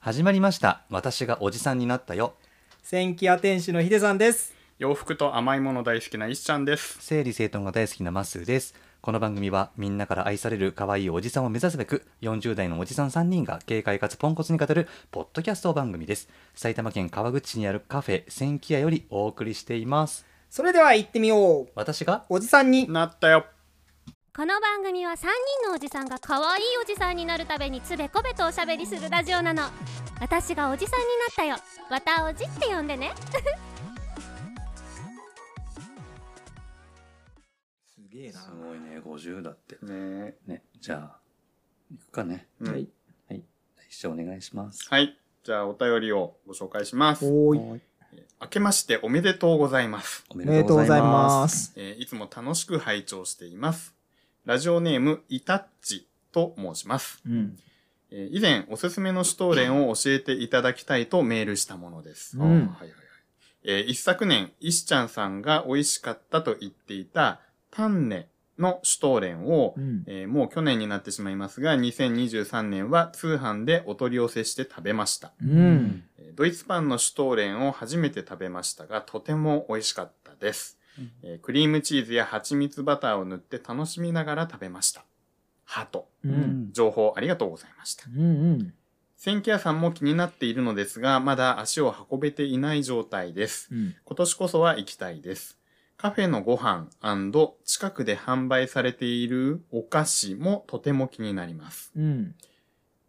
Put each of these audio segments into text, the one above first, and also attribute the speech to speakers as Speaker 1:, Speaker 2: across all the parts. Speaker 1: 始まりました私がおじさんになったよ
Speaker 2: 千キア天使のヒデさんです。
Speaker 3: 洋服と甘いもの大好きなイシちゃんです。
Speaker 1: 整理整頓が大好きなマッスーですこの番組はみんなから愛される可愛いおじさんを目指すべく40代のおじさん3人が軽快かつポンコツに語るポッドキャスト番組です埼玉県川口市にあるカフェ千キ屋よりお送りしています
Speaker 2: それでは行ってみよう。
Speaker 1: 私が
Speaker 2: おじさんに。
Speaker 3: なったよ。
Speaker 4: この番組は3人のおじさんが可愛いおじさんになるためにつべこべとおしゃべりするラジオなの私がおじさんになったよわたおじって呼んでね
Speaker 2: すげえな。
Speaker 1: ごいね50だって
Speaker 3: ね
Speaker 1: ねじゃあ行くかね
Speaker 3: え
Speaker 2: はい。
Speaker 1: はい一緒お願いします
Speaker 3: はい。じゃあ、お便りをご紹介します。
Speaker 2: おーい。
Speaker 1: はい
Speaker 3: 明けましておめでとうございます。
Speaker 1: お
Speaker 2: お
Speaker 1: め
Speaker 2: めでとうございますす。
Speaker 3: えーいつも楽しく拝聴しています。ラジオネーム、イタッチと申します。
Speaker 2: うん。
Speaker 3: えー以前、おすすめのシュトーレンを教えていただきたいとメールしたものです。
Speaker 2: うん
Speaker 3: あーはいはいはい。えー一昨年、イシちゃんさんが美味しかったと言っていた、タンネのシュトーレンを、
Speaker 2: うん。
Speaker 3: えーもう去年になってしまいますが、2023年は通販でお取り寄せして食べました。
Speaker 2: うん。
Speaker 3: えードイツパンのシュトーレンを初めて食べましたが、とても美味しかったです。
Speaker 1: うん
Speaker 3: えークリームチーズや蜂蜜バターを塗って楽しみながら食べました。ハート。
Speaker 2: う。
Speaker 1: うんん
Speaker 3: 情報ありがとうございました。
Speaker 2: うん。
Speaker 3: 千家屋さんも気になっているのですが、まだ足を運べていない状態です。
Speaker 2: うん。
Speaker 3: 今年こそは行きたいです。カフェのご飯近くで販売されているお菓子もとても気になります。
Speaker 2: うん。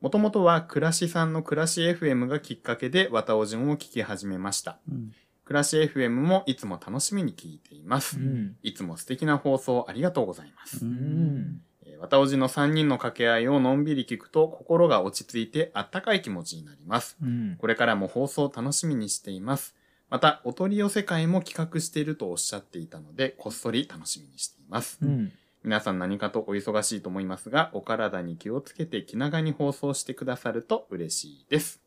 Speaker 3: もともとは暮らしさんの暮らし FM がきっかけでわたおじんを聞き始めました。
Speaker 1: うん
Speaker 3: 暮らし FM もいつも楽しみに聞いています。
Speaker 2: うん。
Speaker 3: いつも素敵な放送ありがとうございます。
Speaker 1: う
Speaker 2: うんん。
Speaker 3: えーわたおじの3人の掛け合いをのんびり聞くと心が落ち着いてあったかい気持ちになります。
Speaker 2: うん。
Speaker 3: これからも放送楽しみにしています。また、お取り寄せ会も企画しているとおっしゃっていたので、こっそり楽しみにしています。
Speaker 2: うん。
Speaker 3: 皆さん何かとお忙しいと思いますが、お体に気をつけて気長に放送してくださると嬉しいです。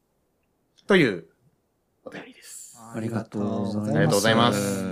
Speaker 3: という、お便りです。
Speaker 1: ありがとうございます。
Speaker 3: ありがとうございます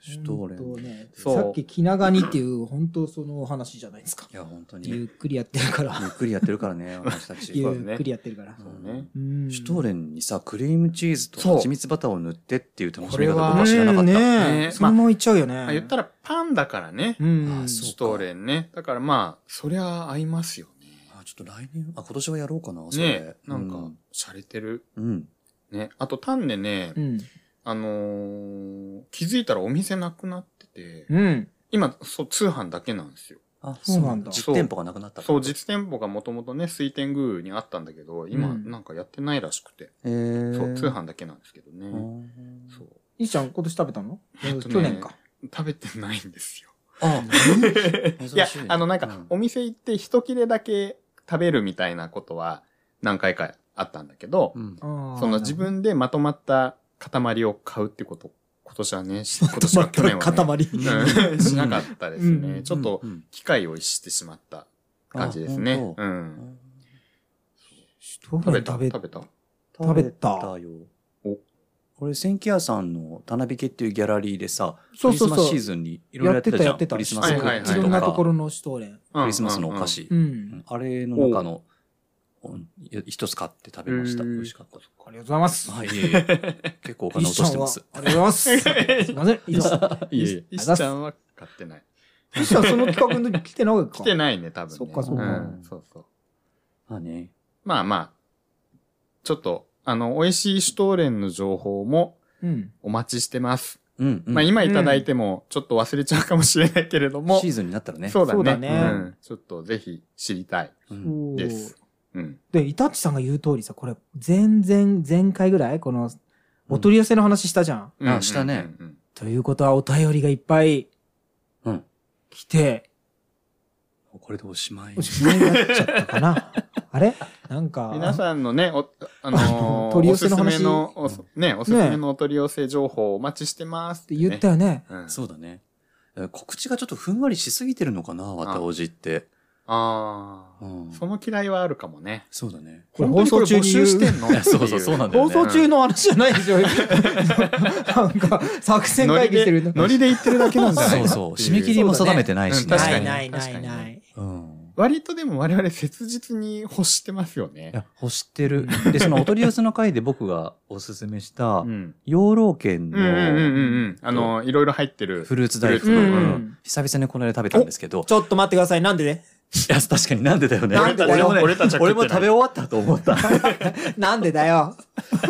Speaker 1: シュトーレ
Speaker 2: 本
Speaker 1: ン。
Speaker 2: 当
Speaker 1: い
Speaker 2: ね、
Speaker 3: そう
Speaker 2: さっき気長にっていう本当そのお話じゃないですか。
Speaker 1: や、本当に。
Speaker 2: ゆ
Speaker 1: ゆ
Speaker 2: っくりやってるから。
Speaker 1: っくりやってるからね、私たち。
Speaker 2: ゆ
Speaker 3: うだね
Speaker 2: っくりやってるから。
Speaker 3: そうね。
Speaker 2: うん
Speaker 1: シュトーレンにさ、クリームチーズと
Speaker 3: そう
Speaker 1: 蜂蜜バターを塗ってっていう楽し
Speaker 3: こ
Speaker 1: み
Speaker 3: れ
Speaker 1: 方
Speaker 3: は
Speaker 1: 僕は知らなかっ
Speaker 2: うん
Speaker 1: た。
Speaker 2: ね
Speaker 3: ね
Speaker 2: えそのまま言っちゃうよね。
Speaker 3: まあ、言った
Speaker 2: ら。
Speaker 3: らパンだからね。
Speaker 2: うん。
Speaker 1: あそう
Speaker 3: シュトーレンね。だからまあ、そりゃ合いますよね。
Speaker 1: あちょっと来年、あ、今年はやろうかな、それ。
Speaker 3: ねなんか、洒落てる。
Speaker 1: うん。
Speaker 3: ね。あと、単でね、
Speaker 2: うん。
Speaker 3: あのー気づいたらお店なくなってて、
Speaker 2: うん。
Speaker 3: 今、そう、通販だけなんですよ。
Speaker 1: あ、
Speaker 2: そうなんだ
Speaker 1: 実店舗がなくなった
Speaker 3: そう、実店舗がもともとね、水天宮にあったんだけど、今、
Speaker 2: うん
Speaker 3: なんかやってないらしくて、
Speaker 1: えー、
Speaker 3: そう、通販だけなんですけどね。
Speaker 1: うん。
Speaker 3: そう。
Speaker 2: いいちゃん、今年食べたの、
Speaker 3: えっとね
Speaker 2: 去年か。
Speaker 3: 食べてないんですよ。
Speaker 1: あ、
Speaker 3: い
Speaker 1: 珍
Speaker 3: や
Speaker 1: しい、
Speaker 3: あの、なんか、
Speaker 1: うん
Speaker 3: お店行って一切れだけ食べるみたいなことは何回かあったんだけど、
Speaker 1: うん。
Speaker 3: その自分でまとまった塊を買うってこと、今年はね、し今年は去年は、ね。
Speaker 2: 塊。
Speaker 3: うんしなかったです
Speaker 2: う
Speaker 3: ね。
Speaker 2: ん
Speaker 3: ちょっと
Speaker 1: う、ん
Speaker 3: 機会を逸してしまった感じですね。
Speaker 1: あ本当
Speaker 3: うん。
Speaker 2: 食べた食べた
Speaker 3: 食べた。
Speaker 2: 食べた
Speaker 1: よ。
Speaker 3: お
Speaker 1: これ、千家屋さんの棚引けっていうギャラリーでさ、
Speaker 2: そうそう
Speaker 1: クリスマ
Speaker 2: そ
Speaker 1: スシー
Speaker 2: う。
Speaker 1: ズンにいろいろ
Speaker 2: や
Speaker 1: や
Speaker 2: っ
Speaker 1: ってた
Speaker 2: てた
Speaker 1: じゃ
Speaker 2: や
Speaker 1: ん。
Speaker 2: ってた。
Speaker 1: クリスマス
Speaker 3: はいはいはい
Speaker 2: いろんなとこ
Speaker 1: ろ
Speaker 2: ろのシュトーレン。
Speaker 3: ク
Speaker 1: クリスマスのお菓。子
Speaker 2: う。ん。
Speaker 1: あれの中のうん一つ買って食べました。
Speaker 3: へー
Speaker 1: 美味しかった。
Speaker 2: ありがとうございます。
Speaker 1: はい、いえいえ結構お金落としてます。
Speaker 2: ありがとうござい ます。すいません。いいさん。
Speaker 3: いえ い
Speaker 2: い
Speaker 3: え、
Speaker 2: いっ
Speaker 3: イ
Speaker 2: す
Speaker 3: シちゃんは買ってない。
Speaker 2: いさん、その企画の時来てないか。
Speaker 3: 来てないね、多分ね。
Speaker 2: そっかそっ
Speaker 1: か
Speaker 3: うんそうそう。
Speaker 1: まあね。
Speaker 3: まあまあ、ちょっと、あの、美味しいシュトーレンの情報も
Speaker 2: うん。
Speaker 3: お待ちしてます。
Speaker 1: うん、うん。
Speaker 3: まあ今いただいても、ちょっと忘れちゃうかもしれないけれども
Speaker 1: シー、ズンになったらね。
Speaker 3: そう
Speaker 2: そう
Speaker 3: だ
Speaker 2: だ
Speaker 3: ね。
Speaker 2: ね
Speaker 3: うんちょっとぜひ知りたい。
Speaker 1: うん
Speaker 2: おー
Speaker 3: ですうん。
Speaker 2: で、イタチさんが言う通りさ、これ、全然、前回ぐらい、この、お取り寄せの話したじゃん。
Speaker 3: うん
Speaker 1: あしたね。
Speaker 3: うんうん
Speaker 2: ということは、お便りがいっぱい
Speaker 1: うん。
Speaker 2: 来て、
Speaker 1: これでおしまい。
Speaker 2: おしまいになっちゃったかな。あれなんか、
Speaker 3: 皆さんのね、お、あのー
Speaker 2: 取り寄せの
Speaker 3: おす
Speaker 2: 話
Speaker 3: すめの、おすね、おすすめのお取り寄せ情報をお待ちしてますっ
Speaker 2: ってて
Speaker 3: ね
Speaker 2: 言ったよね。
Speaker 3: うん
Speaker 1: そうだね。えー告知がちょっとふんわりしすぎてるのかな、わたおじって。
Speaker 3: ああ、
Speaker 1: うん
Speaker 3: その嫌いはあるかもね。
Speaker 1: そうだね。
Speaker 2: これ
Speaker 3: 本当にこれ
Speaker 2: 放送中に
Speaker 3: 募集してんの
Speaker 1: いや そうそうそうなんだよ
Speaker 2: 放
Speaker 1: ね
Speaker 2: 送中の話じゃないでし ょ。なんか、作戦
Speaker 3: ノ
Speaker 2: 会
Speaker 3: リ
Speaker 2: 議して
Speaker 3: で
Speaker 2: る、の。
Speaker 3: ノリで言ってるだけなんじゃない
Speaker 1: そうそう。締め切りも定めてないしね。
Speaker 3: 確かに
Speaker 2: ないないない
Speaker 3: 確か
Speaker 2: な
Speaker 3: に
Speaker 2: い。
Speaker 1: うん。
Speaker 3: 割とでも我々切実に欲してますよ
Speaker 1: い
Speaker 3: ね。
Speaker 1: や欲してるでそのお取り寄せの回で僕がおすすめした、
Speaker 3: うん。
Speaker 1: 養老軒
Speaker 3: うんうんうんう
Speaker 1: の
Speaker 3: ん。あの、いろいろ入ってる。
Speaker 1: フルーツ大福、
Speaker 3: フルーツ
Speaker 2: の
Speaker 1: うん
Speaker 2: うん
Speaker 1: 久々にこの間食べたんですけど
Speaker 2: ちょっと待ってください。なんでね
Speaker 1: いや確かになんでだよね
Speaker 2: なんでだよ
Speaker 1: 俺もね
Speaker 3: 俺たちは食ってない
Speaker 1: 俺も食べ終わったと思ったい
Speaker 2: なんでだよ。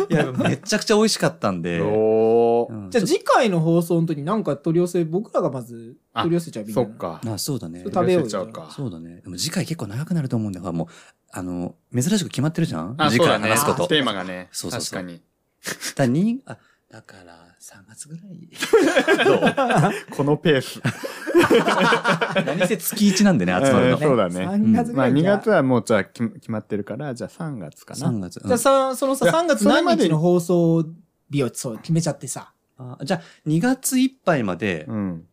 Speaker 1: やめちゃくちゃ美味しかったんで、
Speaker 3: おー
Speaker 1: うん
Speaker 2: じゃあ次回の放送の時になんか取り寄せ、僕らがまず取り寄せちゃうみんな
Speaker 3: そ
Speaker 2: の。
Speaker 3: っか。
Speaker 1: あそうだね
Speaker 2: そう食べようよ
Speaker 3: ちゃうか。
Speaker 1: そうだねでも次回結構長くなると思うんだからもうあの珍しく決まってるじゃん
Speaker 3: あ、
Speaker 1: 次
Speaker 3: そうだ
Speaker 1: 回
Speaker 3: ね。
Speaker 1: 話すこと
Speaker 3: テーマがね。
Speaker 1: そうそうそう
Speaker 3: 確かに。
Speaker 1: だにあだから3月ぐらい
Speaker 3: このペース。
Speaker 1: 何せ月1なんでね集まるの
Speaker 3: えーそうだね
Speaker 2: 3月ぐ
Speaker 3: ま
Speaker 2: ら
Speaker 3: あ
Speaker 2: いじ
Speaker 3: 2
Speaker 2: ゃあ
Speaker 3: 月はもうじゃあ決決まってるから、じゃあ3月かな。
Speaker 1: 3月、うん
Speaker 2: じゃあさ、そのさ、
Speaker 3: いや
Speaker 2: 3月
Speaker 3: それ
Speaker 2: 何
Speaker 3: まで
Speaker 2: 日の放送日をそう決めちゃってさ。
Speaker 1: あじゃあ2月いっぱいまで、
Speaker 3: うん。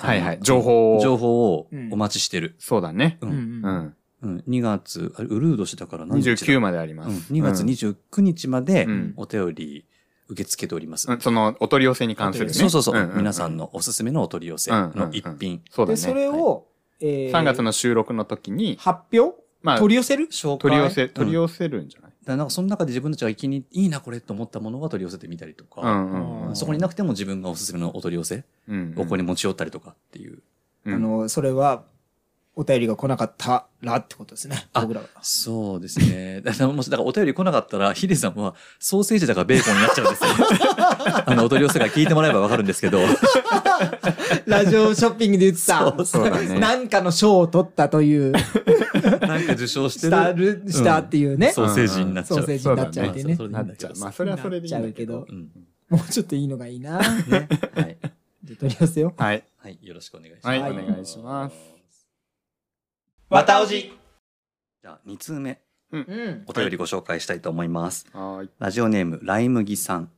Speaker 1: あの
Speaker 3: はいはい。情報を。
Speaker 1: 情報を
Speaker 2: うん
Speaker 1: お待ちしてる、
Speaker 3: そうだね。
Speaker 1: うん
Speaker 2: うん
Speaker 3: う
Speaker 2: うん
Speaker 3: ん。
Speaker 1: うん、2月あれウルー年だから何日だ
Speaker 3: 29までありま
Speaker 1: うん、
Speaker 3: す。
Speaker 1: 2月29日まで
Speaker 3: うん
Speaker 1: お便り受け付けております。
Speaker 3: うんその、お取り寄せに関するね。
Speaker 1: そうそうそう、
Speaker 3: んんん
Speaker 1: 皆さん。のおすすめのお取り寄せの一品、
Speaker 3: そうだ
Speaker 2: で、
Speaker 3: ね。
Speaker 2: それ
Speaker 3: はい、
Speaker 2: を、えー
Speaker 3: 3月の収録の時に、
Speaker 2: 発表
Speaker 3: まあ、
Speaker 2: 取り寄せる
Speaker 1: 紹介
Speaker 3: 取り寄せ、取り
Speaker 1: うん
Speaker 3: 寄せるんじゃない
Speaker 1: だからなんかその中で自分たちが気にいいなこれと思ったものは取り寄せてみたりと
Speaker 3: う
Speaker 1: か、
Speaker 3: んうんうん
Speaker 2: うん
Speaker 1: そこになくても自分がおすすめのお取り寄せ
Speaker 3: うん。
Speaker 1: をここに持ち寄ったりとかっていう、
Speaker 3: うん、
Speaker 2: あの、それは、お便りが来なかったらってことですね。
Speaker 1: あ
Speaker 2: 僕らが。
Speaker 1: そうですね だからもしだからお便り来なかったらヒデさんはソーセージだからベーコンになっちゃうんです よあのお取り寄せが聞いてもらえばわかるんですけど
Speaker 2: ラジオショッピングで言ってた、
Speaker 3: そうだね
Speaker 2: なんかの賞を取ったとい う、
Speaker 1: なんか受賞して
Speaker 2: し
Speaker 1: る
Speaker 2: たる、したっていうね、
Speaker 1: ソーセージになっちゃう、
Speaker 2: ソーセージになっちゃうっていうね。
Speaker 1: そうだね
Speaker 3: なっちゃう。まあ、それはそれでいいんだけ
Speaker 2: なっ
Speaker 3: ど
Speaker 2: ち。
Speaker 1: うん
Speaker 2: もうちょっといいのがいいな。
Speaker 1: ね、はい
Speaker 2: じゃあ取り寄せよう。
Speaker 3: はい。
Speaker 1: はい、よろしくお願いします。
Speaker 3: はいお願いします。
Speaker 1: わたおじじゃあ、2通目、
Speaker 2: うん。
Speaker 1: お便りご紹介したいと思います。
Speaker 3: はーい。
Speaker 1: ラジオネーム、ライムギさん。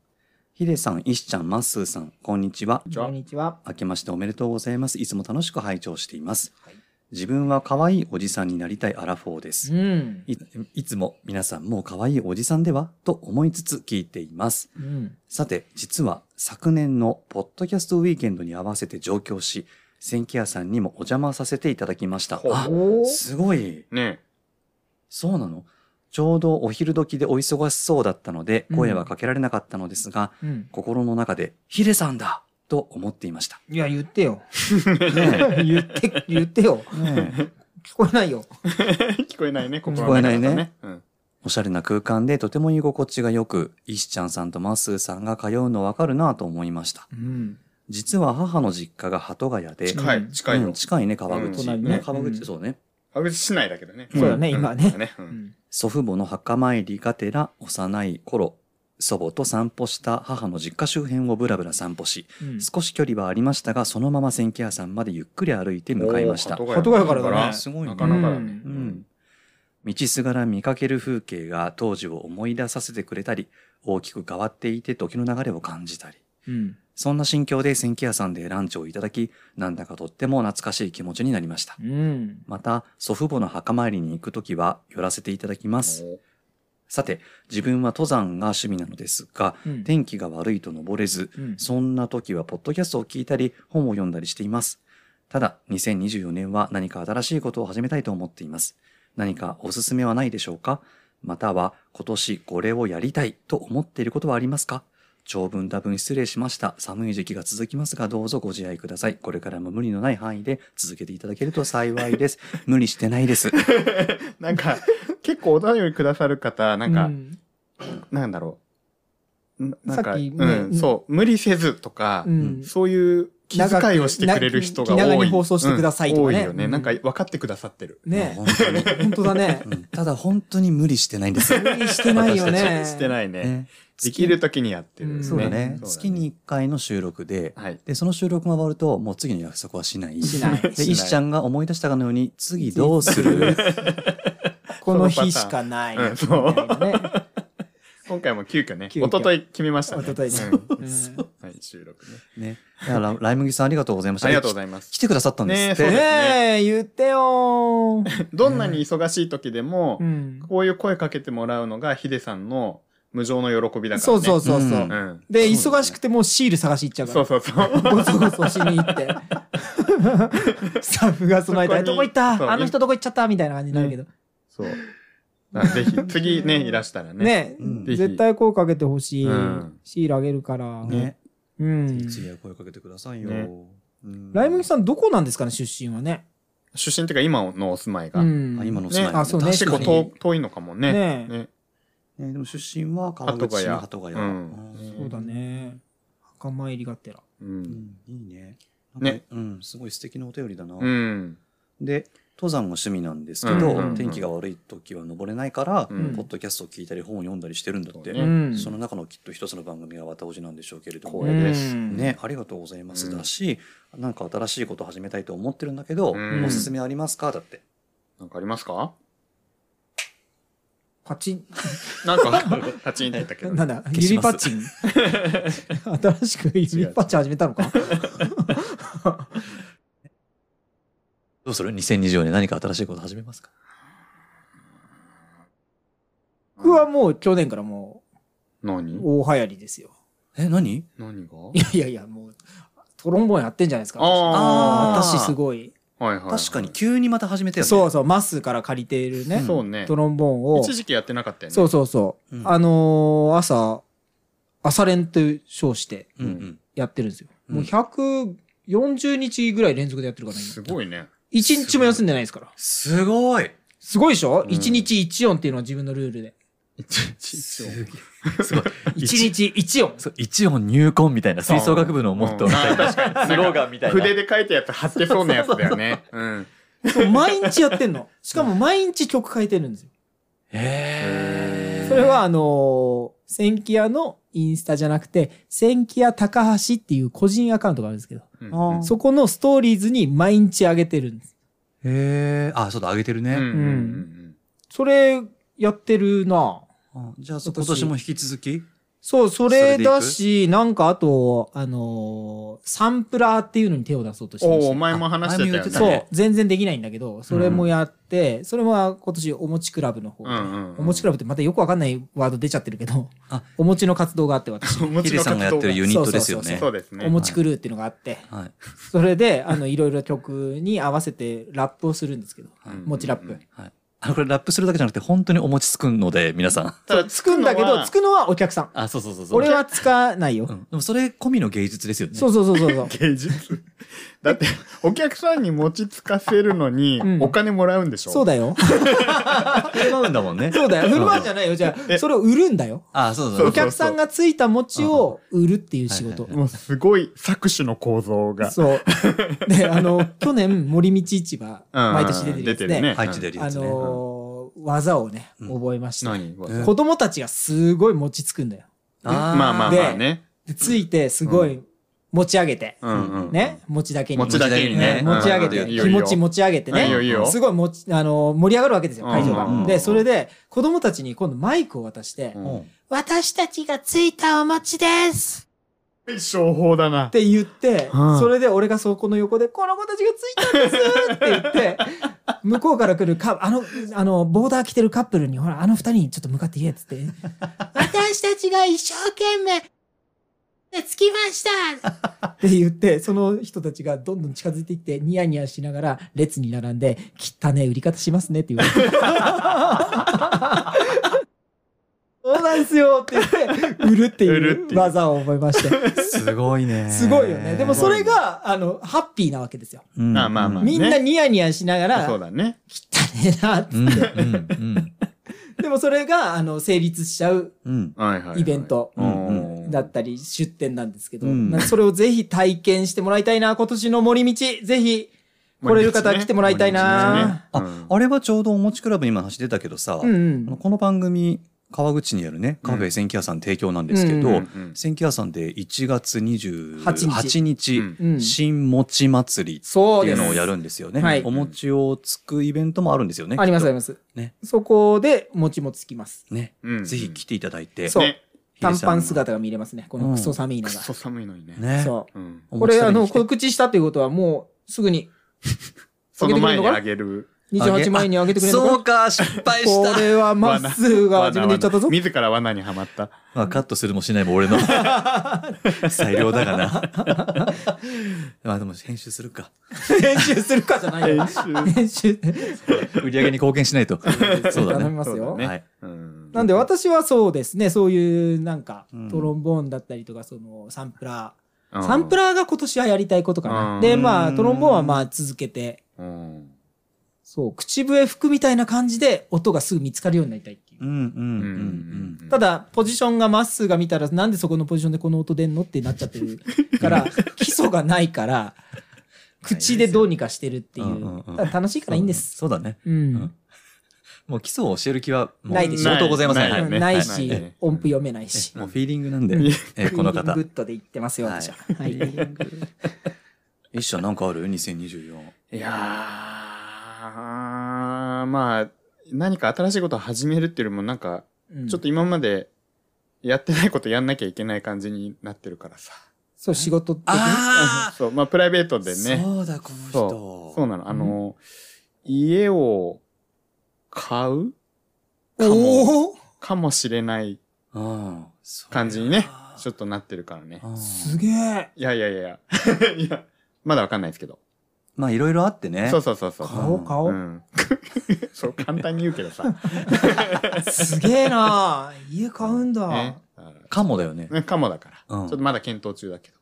Speaker 1: ヒデさん、イシちゃん、マッスーさん、こんにちは。
Speaker 3: じゃあ
Speaker 2: こんにちは。
Speaker 1: 明けましておめでとうございます。いつも楽しく拝聴しています。自分は可愛いおじさんになりたいアラフォーです。
Speaker 2: うん。
Speaker 1: いいつも皆さんもう可愛いおじさんではと思いつつ聞いています。
Speaker 2: うん。
Speaker 1: さて、実は昨年のポッドキャストウィーケンドに合わせて上京し、千木屋さんにもお邪魔させていただきました。
Speaker 3: ほう
Speaker 1: あ
Speaker 2: おー
Speaker 1: すごい。
Speaker 3: ね
Speaker 1: そうなのちょうどお昼時でお忙しそうだったので、
Speaker 2: うん
Speaker 1: 声はかけられなかったのですが、
Speaker 2: うん。
Speaker 1: 心の中で、ヒデさんだと思っていました。
Speaker 2: いや、言ってよ。
Speaker 1: ね
Speaker 2: 言って、言ってよ。
Speaker 1: えねえ
Speaker 2: 聞こえないよ。
Speaker 3: え聞こえないね、ここは
Speaker 1: 聞こえないね
Speaker 3: だからうん。
Speaker 1: おしゃれな空間でとても居心地が良く、石ちゃんさんとマッスーさんが通うのわかるなと思いました。
Speaker 2: うん。
Speaker 1: 実は母の実家が鳩ヶ谷で、
Speaker 3: 近い、近い
Speaker 1: うん
Speaker 3: よ。
Speaker 1: 近いね、川口。
Speaker 2: うん
Speaker 1: ね川口、
Speaker 2: うん
Speaker 1: そうね。
Speaker 3: 川口市内だけどね。
Speaker 1: そうだ
Speaker 2: ね
Speaker 3: ん
Speaker 2: 今はね
Speaker 3: う
Speaker 2: うんん。
Speaker 1: 祖父母の墓参りがてら幼い頃、祖母と散歩した母の実家周辺をぶらぶら散歩し、
Speaker 2: うん
Speaker 1: 少し距離はありましたが、そのまま千家屋さんまでゆっくり歩いて向かいました。
Speaker 3: おー
Speaker 2: 鳩ヶ谷からだね
Speaker 1: すごいね
Speaker 3: なかなかだね。
Speaker 1: う
Speaker 3: うんん。
Speaker 1: 道すがら見かける風景が当時を思い出させてくれたり、大きく変わっていて時の流れを感じたり。
Speaker 2: うん。
Speaker 1: そんな心境で千家屋さんでランチをいただき、なんだかとっても懐かしい気持ちになりました。
Speaker 2: うん。
Speaker 1: また、祖父母の墓参りに行くときは寄らせていただきます。さて、自分は登山が趣味なのですが、
Speaker 2: うん
Speaker 1: 天気が悪いと登れず、
Speaker 2: うん
Speaker 1: そんな時はポッドキャストを聞いたり、本を読んだりしています。ただ、2024年は何か新しいことを始めたいと思っています。何かおすすめはないでしょうかまたは、今年これをやりたいと思っていることはありますか長文多分失礼しました。寒い時期が続きますが、どうぞご自愛ください。これからも無理のない範囲で続けていただけると幸いです。 無理してないです。
Speaker 3: なんか、結構お便りくださる方、なん
Speaker 2: う
Speaker 3: か、
Speaker 2: ん
Speaker 3: なんだろう。んなん
Speaker 2: さっ
Speaker 3: か、
Speaker 2: きね
Speaker 3: うん、そう、無理せずとか
Speaker 2: う、ん
Speaker 3: そういう気遣いをしてくれる人が多い。
Speaker 2: 長く気長に放送してくださいとかね
Speaker 3: うん多いよね。
Speaker 2: うん
Speaker 3: なんか分かってくださってる。
Speaker 2: ね
Speaker 1: もう本当に
Speaker 2: え。 本当だね
Speaker 1: う。んただ本当に無理してないんですよ。
Speaker 2: 無理してないよね。
Speaker 3: してないね。
Speaker 1: ね
Speaker 3: できる時にやってる
Speaker 2: う
Speaker 3: ね。
Speaker 2: ん
Speaker 1: そうだね。
Speaker 3: そう
Speaker 1: 月に1回の収録で、
Speaker 3: はい。
Speaker 1: で、その収録が終わると、もう次の約束はしない。
Speaker 2: しない
Speaker 1: で、
Speaker 3: しない
Speaker 1: 石ちゃんが思い出したかのように、次どうする
Speaker 2: この日しかない。
Speaker 3: うんそう
Speaker 2: ね。
Speaker 3: 今回も急遽ね、
Speaker 2: 急遽
Speaker 3: 一昨日決めましたね。
Speaker 2: 一昨日ね
Speaker 3: うん
Speaker 2: うん
Speaker 3: はい、収録ね。
Speaker 1: ね。だから、ライムギさんありがとうございました。
Speaker 3: ありがとうご
Speaker 1: い
Speaker 3: ざいます
Speaker 1: 来。てくださったんですっ
Speaker 3: ね
Speaker 1: て。。
Speaker 2: ねえ、言ってよー。
Speaker 3: どんなに忙しい時でも
Speaker 2: う、ん。
Speaker 3: こういう声かけてもらうのがヒデさんの無常の喜びだから
Speaker 2: そ
Speaker 3: ね。
Speaker 2: うそうそうそううん
Speaker 3: うん。
Speaker 2: で、
Speaker 1: そうだね
Speaker 2: 忙しくてもうシール探し行っちゃうか
Speaker 3: そう
Speaker 2: ら。
Speaker 3: そうそう。
Speaker 2: ごそごそしに行って。スタッフがその間、
Speaker 3: そこに
Speaker 2: どこ行っ
Speaker 3: そう
Speaker 2: たあの人どこ行っちゃったみたいな感じになるけど。
Speaker 3: そう。だからぜひ、次ね、いらしたらね。
Speaker 2: ね
Speaker 1: うん
Speaker 3: ぜひ
Speaker 2: 絶対声かけてほしい
Speaker 3: うん。
Speaker 2: シールあげるから。
Speaker 1: ね。
Speaker 2: うん。
Speaker 1: 次は声かけてくださいよ。
Speaker 3: ね
Speaker 1: うん
Speaker 2: ライムギさんどこなんですかね、出身はね。
Speaker 3: 出身っていうか、今のお住まいが。
Speaker 2: う
Speaker 3: ね
Speaker 2: ん。
Speaker 1: あ今のお住まい
Speaker 2: ねあそうね
Speaker 1: 確
Speaker 3: 結
Speaker 1: か
Speaker 3: 構
Speaker 1: に
Speaker 3: 遠遠いのかもね。
Speaker 2: ね
Speaker 3: ね。
Speaker 1: ねでも出身は川
Speaker 3: 鳩ヶ
Speaker 1: 口
Speaker 3: 谷
Speaker 1: の鳩ヶ谷。
Speaker 3: うん
Speaker 1: ん
Speaker 2: そうだね。墓参りがてら。
Speaker 3: う。
Speaker 1: うんんいいね。なん
Speaker 3: ね
Speaker 1: かうん、すごい素敵なお便りだな。
Speaker 3: うん。
Speaker 1: で、登山が趣味なんですけど、
Speaker 2: うんうんうん
Speaker 1: 天気が悪い時は登れないから、
Speaker 3: うん
Speaker 1: ポッドキャストを聞いたり本を読んだりしてるんだって。
Speaker 3: そう
Speaker 2: う
Speaker 3: ね
Speaker 2: ん。
Speaker 1: その中のきっと一つの番組が綿おじなんでしょうけれども
Speaker 3: 光。栄です
Speaker 2: うん
Speaker 1: ね、ありがとうございます
Speaker 3: うん
Speaker 1: だし、なんか新しいこと始めたいと思ってるんだけど、
Speaker 3: うん
Speaker 1: おすすめありますかだって。
Speaker 3: なんかありますか
Speaker 2: パチン。
Speaker 3: なんか、パチンって言った けど。
Speaker 2: なんだ
Speaker 1: 消しま
Speaker 2: 指
Speaker 1: す
Speaker 2: パチン 新しく指パチン始めたのか
Speaker 1: どうする ?2024 年何か新しいこと始めますか
Speaker 2: 僕はもう去年からも
Speaker 3: 何
Speaker 2: う大流行りですよ。
Speaker 1: え、何
Speaker 3: 何が
Speaker 2: いやいやいや、もうトロンボーンやってんじゃないですか。
Speaker 1: ー
Speaker 3: あ
Speaker 2: 私すごい。
Speaker 3: はいはいはい。
Speaker 1: 確かに急にまた始めたよね。
Speaker 2: そうそう、マッスーから借りているね、
Speaker 3: そうね
Speaker 2: ト。ロンボーンを。
Speaker 3: 一時期やってなかったよね。
Speaker 2: そうそうそう。
Speaker 1: うん
Speaker 2: あのー朝、朝練と称して
Speaker 1: うんうん。
Speaker 2: やってるんですよ。
Speaker 1: うん
Speaker 2: もう140日ぐらい連続でやってるからね。
Speaker 3: すごいね。
Speaker 2: 1日も休んでないですから。
Speaker 1: すごい
Speaker 2: すごいでしょ、
Speaker 3: うん
Speaker 2: ?1 日1音っていうのは自分のルールで。
Speaker 1: すげえすごい。
Speaker 2: 1日1音。
Speaker 1: そう一音入魂みたいな、吹奏楽部のモットーみたいな、
Speaker 3: うんあー 確かに
Speaker 1: スローガンみたいな。
Speaker 3: 筆で書いたやつ貼ってそうなやつだよね。うん。
Speaker 2: そう毎日やって んの。しかも毎日曲変えてるんですよ。
Speaker 1: へー
Speaker 2: それは、あのー、センキヤのインスタじゃなくて、センキヤ高橋っていう個人アカウントがあるんですけど、
Speaker 3: うん
Speaker 1: あー
Speaker 2: そこのストーリーズに毎日上げてるんです。
Speaker 1: へえ。あ、そうだ、あげてる
Speaker 3: うん
Speaker 1: ね。
Speaker 3: うんうん
Speaker 2: それ、やってるなぁ
Speaker 1: あじゃあ、そ
Speaker 2: 今年
Speaker 1: 今年も引き続き
Speaker 2: そう、
Speaker 1: そ
Speaker 2: そ
Speaker 1: れ
Speaker 2: れ
Speaker 1: でいく
Speaker 2: だし、なんかあと、あのーサンプラーっていうのに手を出そうとして
Speaker 3: お
Speaker 2: まし
Speaker 3: お
Speaker 2: た
Speaker 3: お前も話してたよ
Speaker 1: あ前も言って
Speaker 3: ね。
Speaker 1: た
Speaker 2: そう、
Speaker 1: ね
Speaker 2: 全然できないんだけど、それもやって、それは今年お餅クラブの方で、
Speaker 3: うんうんうん
Speaker 2: お餅クラブってまたよくわかんないワード出ちゃってるけど
Speaker 1: あ、
Speaker 2: お餅の活動があって私、
Speaker 3: お持
Speaker 1: ヒ
Speaker 3: ち
Speaker 1: デ
Speaker 3: の
Speaker 1: さんがやってるユニットですよ
Speaker 2: そう
Speaker 1: ね
Speaker 3: そ。うですね。
Speaker 2: お餅クルーっていうのがあって、
Speaker 1: はい。
Speaker 2: それで、あの、いろいろ曲に合わせてラップをするんですけど、
Speaker 1: うんうんうん
Speaker 2: お餅ラップ。
Speaker 1: はい。あの、これラップするだけじゃなくて、本当にお餅つくので、皆さん。
Speaker 3: ただ
Speaker 2: つくんだけど、つ
Speaker 3: く
Speaker 2: くのはお客さん。
Speaker 1: あ、そうそうそうそう。
Speaker 2: 俺はつかないよ。
Speaker 1: うん。でもそれ込みの芸術ですよね。
Speaker 2: そうそうそうそうそう。
Speaker 3: 芸術。 だって、お客さんに持ちつかせるのに
Speaker 2: うん、
Speaker 3: お金もらうんでしょ
Speaker 2: そうだ よ。
Speaker 1: なんだもんね。
Speaker 2: そう だよ。振る舞うじゃないよ。じゃあ、
Speaker 3: え
Speaker 2: それを売るんだよ。
Speaker 1: あ、そうそう
Speaker 2: お客さんがついた餅を売るっていう仕事。
Speaker 1: はい
Speaker 3: もうすごい搾取の構造が。
Speaker 2: そう。で、あの、去年、森道市場、
Speaker 3: うん
Speaker 2: 毎年出てるやつね。
Speaker 1: 配置でやる
Speaker 2: あ
Speaker 1: やつね。
Speaker 2: のー、技をね、
Speaker 1: うん
Speaker 2: 覚えました。
Speaker 3: 何
Speaker 1: うん
Speaker 2: 子供たちがすごい餅つくんだよ。
Speaker 1: あー
Speaker 3: まあまあまあね。
Speaker 2: でついて、すごい持ち上げて、
Speaker 3: うんうん。
Speaker 2: ね、餅だけに。
Speaker 3: 持ちだけにね。
Speaker 1: け
Speaker 2: 持ち上げ
Speaker 1: うん
Speaker 2: て、
Speaker 1: いい
Speaker 2: 気持ち持ち上げて
Speaker 3: いいよ
Speaker 2: ね。
Speaker 3: いいよ。
Speaker 2: すごい持ち、あのー、盛り上がるわけですよ、会場
Speaker 1: うんうんう
Speaker 2: が。
Speaker 1: ん
Speaker 2: で、それで、子供たちに今度マイクを渡して、
Speaker 3: うん
Speaker 1: うん
Speaker 2: 私たちがついたお餅です
Speaker 3: 商法だな
Speaker 2: っ。て言って、
Speaker 3: うん
Speaker 2: それで俺がそこの横で、この子たちがついたんですっ て言って、向こうから来るカあの、あの、ボーダー着てるカップルに、ほら、あの二人にちょっと向かって言えっつって、私たちが一生懸命、つきましたって言って、その人たちがどんどん近づいていって、ニヤニヤしながら列に並んで、汚ねえ売り方しますねって言われて。 そうなんですよって言って、売るって
Speaker 3: 売るっ
Speaker 2: い
Speaker 3: て
Speaker 2: う
Speaker 3: いう
Speaker 2: 技を覚えまして。
Speaker 1: すごいね。
Speaker 2: すごいよね。でもそれが、あの、ハッピーなわけですよ。
Speaker 1: うん、
Speaker 3: まあまあまあ
Speaker 2: みんなニヤニヤしながら、
Speaker 3: そうだね。
Speaker 2: 汚ねえなっ
Speaker 1: うん、う
Speaker 2: て。
Speaker 1: ん、うん
Speaker 2: でもそれが、あの、成立しちゃう
Speaker 1: うん。
Speaker 3: はいはいはい。
Speaker 2: イベント
Speaker 3: うんう。
Speaker 1: うん
Speaker 2: だったり、出店なんですけど、
Speaker 1: うん
Speaker 2: なんかそれをぜひ体験してもらいたいな。今年の森道、ぜひ来れる方は来てもらいたいな。
Speaker 1: あ、
Speaker 3: うん
Speaker 1: あれはちょうどおもちクラブに今話出たけどさ、
Speaker 2: うんう
Speaker 1: あの
Speaker 2: ん。
Speaker 1: この番組、川口にあるね、カフ
Speaker 3: う
Speaker 1: ェ
Speaker 3: ん
Speaker 1: 千屋さん提供なんですけ
Speaker 2: う
Speaker 1: ど、
Speaker 2: ん
Speaker 3: うん
Speaker 1: 千屋さんで1月28
Speaker 2: 8
Speaker 1: 日、
Speaker 3: うん
Speaker 2: うん、
Speaker 1: 新餅祭りっ
Speaker 2: そう
Speaker 1: てい
Speaker 2: で
Speaker 1: う
Speaker 2: す。
Speaker 1: のをやるんですよね。
Speaker 2: はい
Speaker 1: お餅をつくイベントもあるんですよね。
Speaker 2: ありますあ
Speaker 1: ね。
Speaker 2: ります。
Speaker 1: ね
Speaker 2: そこで、餅もつきます。
Speaker 1: ね、
Speaker 3: うん
Speaker 1: ぜひ来ていただいて。
Speaker 2: そう
Speaker 3: ね
Speaker 1: ヒデ
Speaker 2: 短
Speaker 1: さん
Speaker 2: パン姿が見れますね。こ
Speaker 1: う
Speaker 2: の
Speaker 1: ん
Speaker 2: クソ寒い
Speaker 3: く
Speaker 2: の
Speaker 3: っ
Speaker 2: が。
Speaker 3: そ寒いのにね。
Speaker 1: ね。
Speaker 2: そ
Speaker 3: うん
Speaker 2: う。
Speaker 1: お
Speaker 2: こ
Speaker 1: 餅
Speaker 2: れ、
Speaker 1: 食
Speaker 2: あ
Speaker 1: べに
Speaker 2: の、
Speaker 1: 来て
Speaker 2: 告知したということは、もう、すぐに
Speaker 3: その前にあげる。
Speaker 2: 28万円に上げてくれるの
Speaker 1: そう
Speaker 2: か
Speaker 1: か、失敗し
Speaker 2: こ
Speaker 1: た。
Speaker 2: れはまっすぐが自分で言っちゃったぞ
Speaker 3: 罠自ら罠にはまった。
Speaker 5: まあ、カットするもしないも俺の裁量だが な。まあでも編集するか。
Speaker 2: 編集するかじゃ ないよ編集
Speaker 5: 売り上げに貢献し ないと。そうだ
Speaker 2: 頼み
Speaker 5: ね。
Speaker 2: ます
Speaker 3: そうだ
Speaker 2: よ
Speaker 3: ね
Speaker 5: はい。
Speaker 3: うん
Speaker 2: なんで私はそうですねそういうなんか
Speaker 1: うん
Speaker 2: トロンボーンだったりとかそのサンプラ
Speaker 3: うん
Speaker 2: ーサンプラーが今年はやりたいことか
Speaker 3: う
Speaker 2: なんでまあトロンボーンはまあ続けて
Speaker 3: うん
Speaker 2: そう口笛吹くみたいな感じで音がすぐ見つかるようになりたいっていう
Speaker 1: うんうんう
Speaker 3: うんうん
Speaker 1: ん
Speaker 3: うん
Speaker 2: ただポジションがまっすーが見たらなんでそこのポジションでこの音出んのってなっちゃってるから基礎がないから口でどうにかしてるってい
Speaker 1: うんうん
Speaker 2: う
Speaker 1: うん
Speaker 2: ただ楽しいからいいんです
Speaker 5: そうだね。
Speaker 2: うん
Speaker 5: もう基礎を教える気はもう
Speaker 2: ないでしょ
Speaker 5: 相当ございません。
Speaker 3: な
Speaker 5: はい
Speaker 3: よね
Speaker 2: ない
Speaker 3: ない
Speaker 2: し
Speaker 3: ね
Speaker 2: 音符読めないし
Speaker 1: もうフィーリングなんで、えーこの方
Speaker 2: グ。ッドで言ってますよ私ははい
Speaker 1: 一社なんかある ?2024。
Speaker 3: いやー、まあ、何か新しいことを始めるっていうよりも、なんか、
Speaker 2: うん
Speaker 3: ちょっと今までやってないことやんなきゃいけない感じになってるからさ。
Speaker 2: そう仕事的に
Speaker 1: あ
Speaker 3: そう、まあ、プライベート
Speaker 1: あ
Speaker 3: でね。
Speaker 1: そうだ、この
Speaker 3: そう
Speaker 1: 人。。
Speaker 3: そうなの。あの、家を買うかも、
Speaker 2: おお
Speaker 3: かもしれない
Speaker 1: うん。
Speaker 3: 感じにね
Speaker 1: あ、ー
Speaker 3: ちょっとなってるからね
Speaker 1: う。ん
Speaker 2: すげえ
Speaker 3: いやいやいや いや、まだわかんないですけど。
Speaker 1: まあ、いろいろあってね。
Speaker 3: そうそうそうそう。
Speaker 2: 顔顔、
Speaker 3: うん。 そう、簡単に言う けどさ。
Speaker 2: すげえな家買うんだ、
Speaker 3: ね。だから
Speaker 5: かもだよね。
Speaker 3: ねかもだから、
Speaker 1: うん
Speaker 3: ちょっとまだ検討中だけ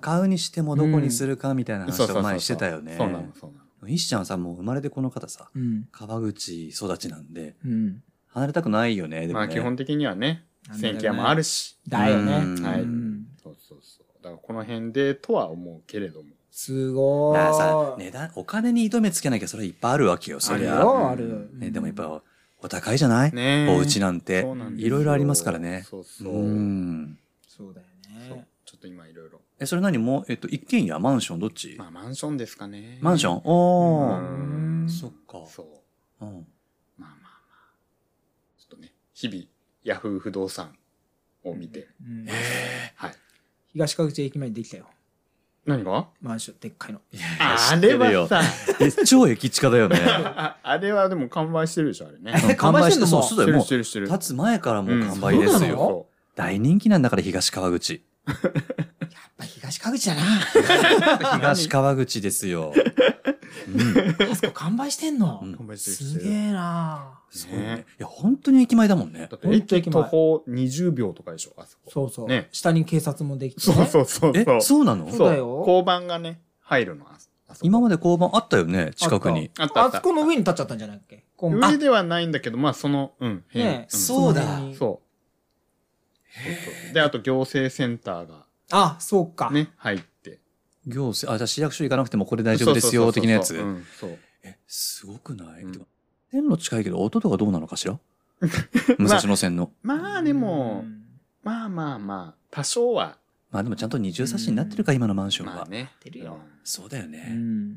Speaker 1: 買うにしてもどこにするかみたいな
Speaker 3: ど。そう
Speaker 1: 話
Speaker 3: そうそ
Speaker 1: を
Speaker 3: う
Speaker 1: 前にしてたよね。
Speaker 3: そうなの、そうなの。
Speaker 1: 石ちゃんさ、もう生まれてこの方さ、
Speaker 2: うん
Speaker 1: 川口育ちなんで、
Speaker 2: うん
Speaker 1: 離れたくないよね、でもね。
Speaker 3: まあ基本的にはね、
Speaker 2: なんだよ
Speaker 3: 選
Speaker 2: ね
Speaker 3: 挙もあるし。
Speaker 2: だよ
Speaker 1: うん
Speaker 2: ね
Speaker 3: はい
Speaker 2: うん
Speaker 3: そうそうそう。だからこの辺でとは思うけれども。
Speaker 2: すご
Speaker 1: だからさ、
Speaker 2: い
Speaker 1: 値段、お金に糸目つけなきゃそれいっぱいあるわけよ、そ
Speaker 2: ある
Speaker 1: り
Speaker 3: ある
Speaker 1: ゃ。
Speaker 2: よある、
Speaker 1: ね、でもやっぱ、お高いじゃない、
Speaker 3: ねえ。
Speaker 1: お家なんて
Speaker 3: そうなんですよ
Speaker 1: いろいろありますからね。
Speaker 3: そうそう。
Speaker 1: うん。
Speaker 2: そうだよ
Speaker 3: そう
Speaker 2: ね
Speaker 3: ちょっと今いろいろ。
Speaker 1: え、それ何もう、えっと、一軒家、マンション、どっち、
Speaker 3: まあマンションですかね。
Speaker 1: マンション
Speaker 3: う
Speaker 1: おー、
Speaker 2: う
Speaker 3: ん。
Speaker 2: ん
Speaker 1: そっか。
Speaker 3: そ
Speaker 1: うん。
Speaker 3: う。まあまあまあ。ちょっとね、日々、ヤフー不動産を見て。
Speaker 2: うん
Speaker 3: はい。
Speaker 2: 東川口駅前にできたよ
Speaker 3: 何が
Speaker 2: マンションでっかいの
Speaker 3: あ
Speaker 5: 知って
Speaker 3: れ
Speaker 5: るよ
Speaker 3: はさ、
Speaker 5: え、超駅近だよね。
Speaker 3: ああれはでも完売してるでしょ、あれね。
Speaker 1: うん完売して、そう、
Speaker 2: 完売してんのもう
Speaker 1: そうだよ。もう
Speaker 3: して、るしてるしてる。
Speaker 1: 立つ前からもう完売
Speaker 2: うん
Speaker 1: です
Speaker 2: そうな
Speaker 1: よ。
Speaker 2: の
Speaker 1: 大人気なんだから、東川 口。
Speaker 2: やっぱ東 川口だな
Speaker 1: 東川口です よ。
Speaker 2: あそこ完売してんの、
Speaker 1: うん
Speaker 3: 完売してる
Speaker 2: す
Speaker 3: して
Speaker 2: げ
Speaker 3: る。
Speaker 2: えな
Speaker 1: そうね。いや、本当に駅前だもんね
Speaker 3: だ。って
Speaker 2: ほんと駅
Speaker 3: 駅
Speaker 2: 前
Speaker 3: 徒歩20秒とかでしょ、あそこ。
Speaker 2: そうそう、
Speaker 3: ね
Speaker 2: 下に警察もできて、ね、
Speaker 3: そうそうそう
Speaker 1: え
Speaker 3: そ、う。
Speaker 1: そうなの
Speaker 2: そうだよ
Speaker 3: 交番がね、入るの、ああそこ
Speaker 1: 今まで交番あったよね、近くに。
Speaker 3: あったあ
Speaker 2: あ
Speaker 3: った
Speaker 2: そ。この上に立っちゃったんじゃないっけこん
Speaker 3: 上ではないんだけど、まあその、うん、辺
Speaker 2: ね
Speaker 3: うん
Speaker 1: そうだ
Speaker 2: の辺に
Speaker 3: そうそうそうで、あと行政センターが
Speaker 2: あそうか、
Speaker 3: ね、入って。
Speaker 1: 行政、あ、じゃあ市役所行かなくてもこれ大丈夫ですよ、
Speaker 3: そうそ
Speaker 1: 的
Speaker 3: うそうそう
Speaker 1: なやつ。
Speaker 3: うんそう。
Speaker 1: え、すごくない、
Speaker 3: うん
Speaker 1: てか線路近いけど、音とかどうなのかし ら武蔵野線の。
Speaker 3: まあでも、まあまあまあ、多少は、
Speaker 1: まあでもちゃんと二重差しになってるか、今のマンションは。
Speaker 3: まあね。
Speaker 2: てるよ
Speaker 3: うん
Speaker 1: そうだよ
Speaker 2: う
Speaker 1: ね。
Speaker 2: ん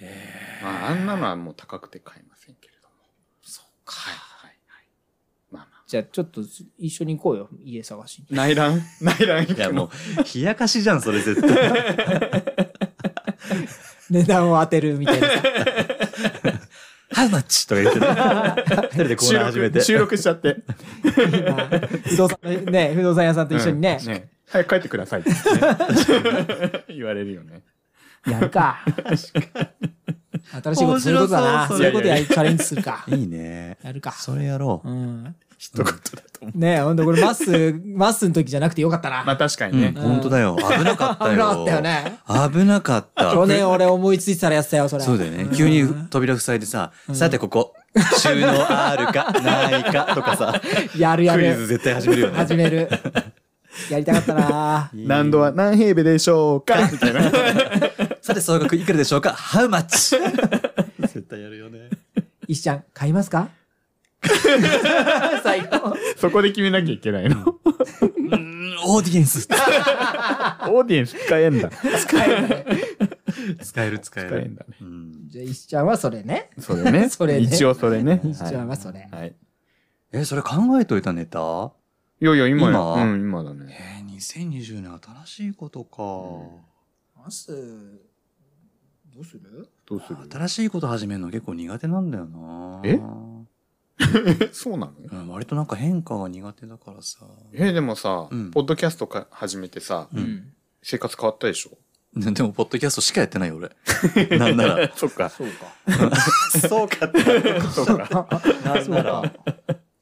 Speaker 1: えー
Speaker 3: まああんなのはもう高くて買えませんけれども。
Speaker 2: そうか
Speaker 3: はいはいはい。まあまあ。
Speaker 2: じゃあちょっと一緒に行こうよ家探しに
Speaker 3: 内 覧内覧行
Speaker 5: いや
Speaker 3: く
Speaker 5: も
Speaker 3: の。
Speaker 5: う、冷やかしじゃん、それ絶 対。
Speaker 2: 値段を当てるみたいな
Speaker 5: ハウマッチとか言っ てね。二人でコー
Speaker 3: 収
Speaker 5: ナー始め
Speaker 3: 録、
Speaker 5: て。
Speaker 3: 収録しちゃって。
Speaker 2: 不動産ね不動産屋さんと 一緒にね,、
Speaker 3: うん早く帰ってくださいってね 言われるよね。
Speaker 2: やるか新しいことそういうことだな
Speaker 5: 面白そ
Speaker 2: そうう
Speaker 5: それ
Speaker 2: いうことやチャレンジするか
Speaker 1: いいね。
Speaker 2: やるか
Speaker 1: それやろう
Speaker 2: う。ん
Speaker 3: 一言だと思う。
Speaker 2: ねえほんとこれマッスーマッスーの時じゃなくてよかったな、
Speaker 3: まあ確かに
Speaker 1: うん、
Speaker 3: ね。
Speaker 1: 本当だよ。危なかったよ。
Speaker 2: 危なかったよね。
Speaker 1: 危なかった。
Speaker 2: 去年俺思いついてたらやってたよそれ
Speaker 1: そうだよね。急に扉塞いでさ、さてここ、収納あるか、 ないかとかさ、
Speaker 2: やるや
Speaker 5: クイ
Speaker 2: る
Speaker 5: ズ絶対始める よね。
Speaker 2: 始める。やりたかったなぁ。
Speaker 3: 何度は何平米でしょう かみたいな。
Speaker 1: さて総額いくらでしょうか ?How much?
Speaker 5: 絶対やるよね。
Speaker 2: 石ちゃん、買いますか最高。
Speaker 3: そこで決めなきゃいけないの。
Speaker 1: オーディエンス。
Speaker 3: オーディエンス使えん だ。
Speaker 2: 使えない。
Speaker 1: 使える使え
Speaker 3: 使えんだね。
Speaker 1: うん
Speaker 2: じゃあ石ちゃんはそれね。
Speaker 3: それね。
Speaker 2: それね
Speaker 3: 一応それね。
Speaker 2: 石ちゃんはそれ。
Speaker 3: はい。
Speaker 1: え、それ考えといたネタ
Speaker 3: いやいや、今や
Speaker 1: 今
Speaker 3: うん、今だ
Speaker 1: え
Speaker 3: ね。
Speaker 1: ー、2020年新しいことか。
Speaker 2: まず、どうする
Speaker 3: どうす
Speaker 1: 新しいこと始めるの結構苦手なんだよな
Speaker 3: えるそうなの
Speaker 1: うん、割となんか変化が苦手だからさ。
Speaker 3: え、でもさ、
Speaker 1: うん
Speaker 3: ポッドキャストか始めてさ、
Speaker 1: うん
Speaker 2: ん。
Speaker 3: 生活変わったでしょ
Speaker 5: でも、ポッドキャストしかやってないよ俺。なんなら。
Speaker 3: そっか。
Speaker 2: そうか。
Speaker 3: そうかって。そうか。
Speaker 1: なん
Speaker 2: そう
Speaker 1: な。。
Speaker 2: から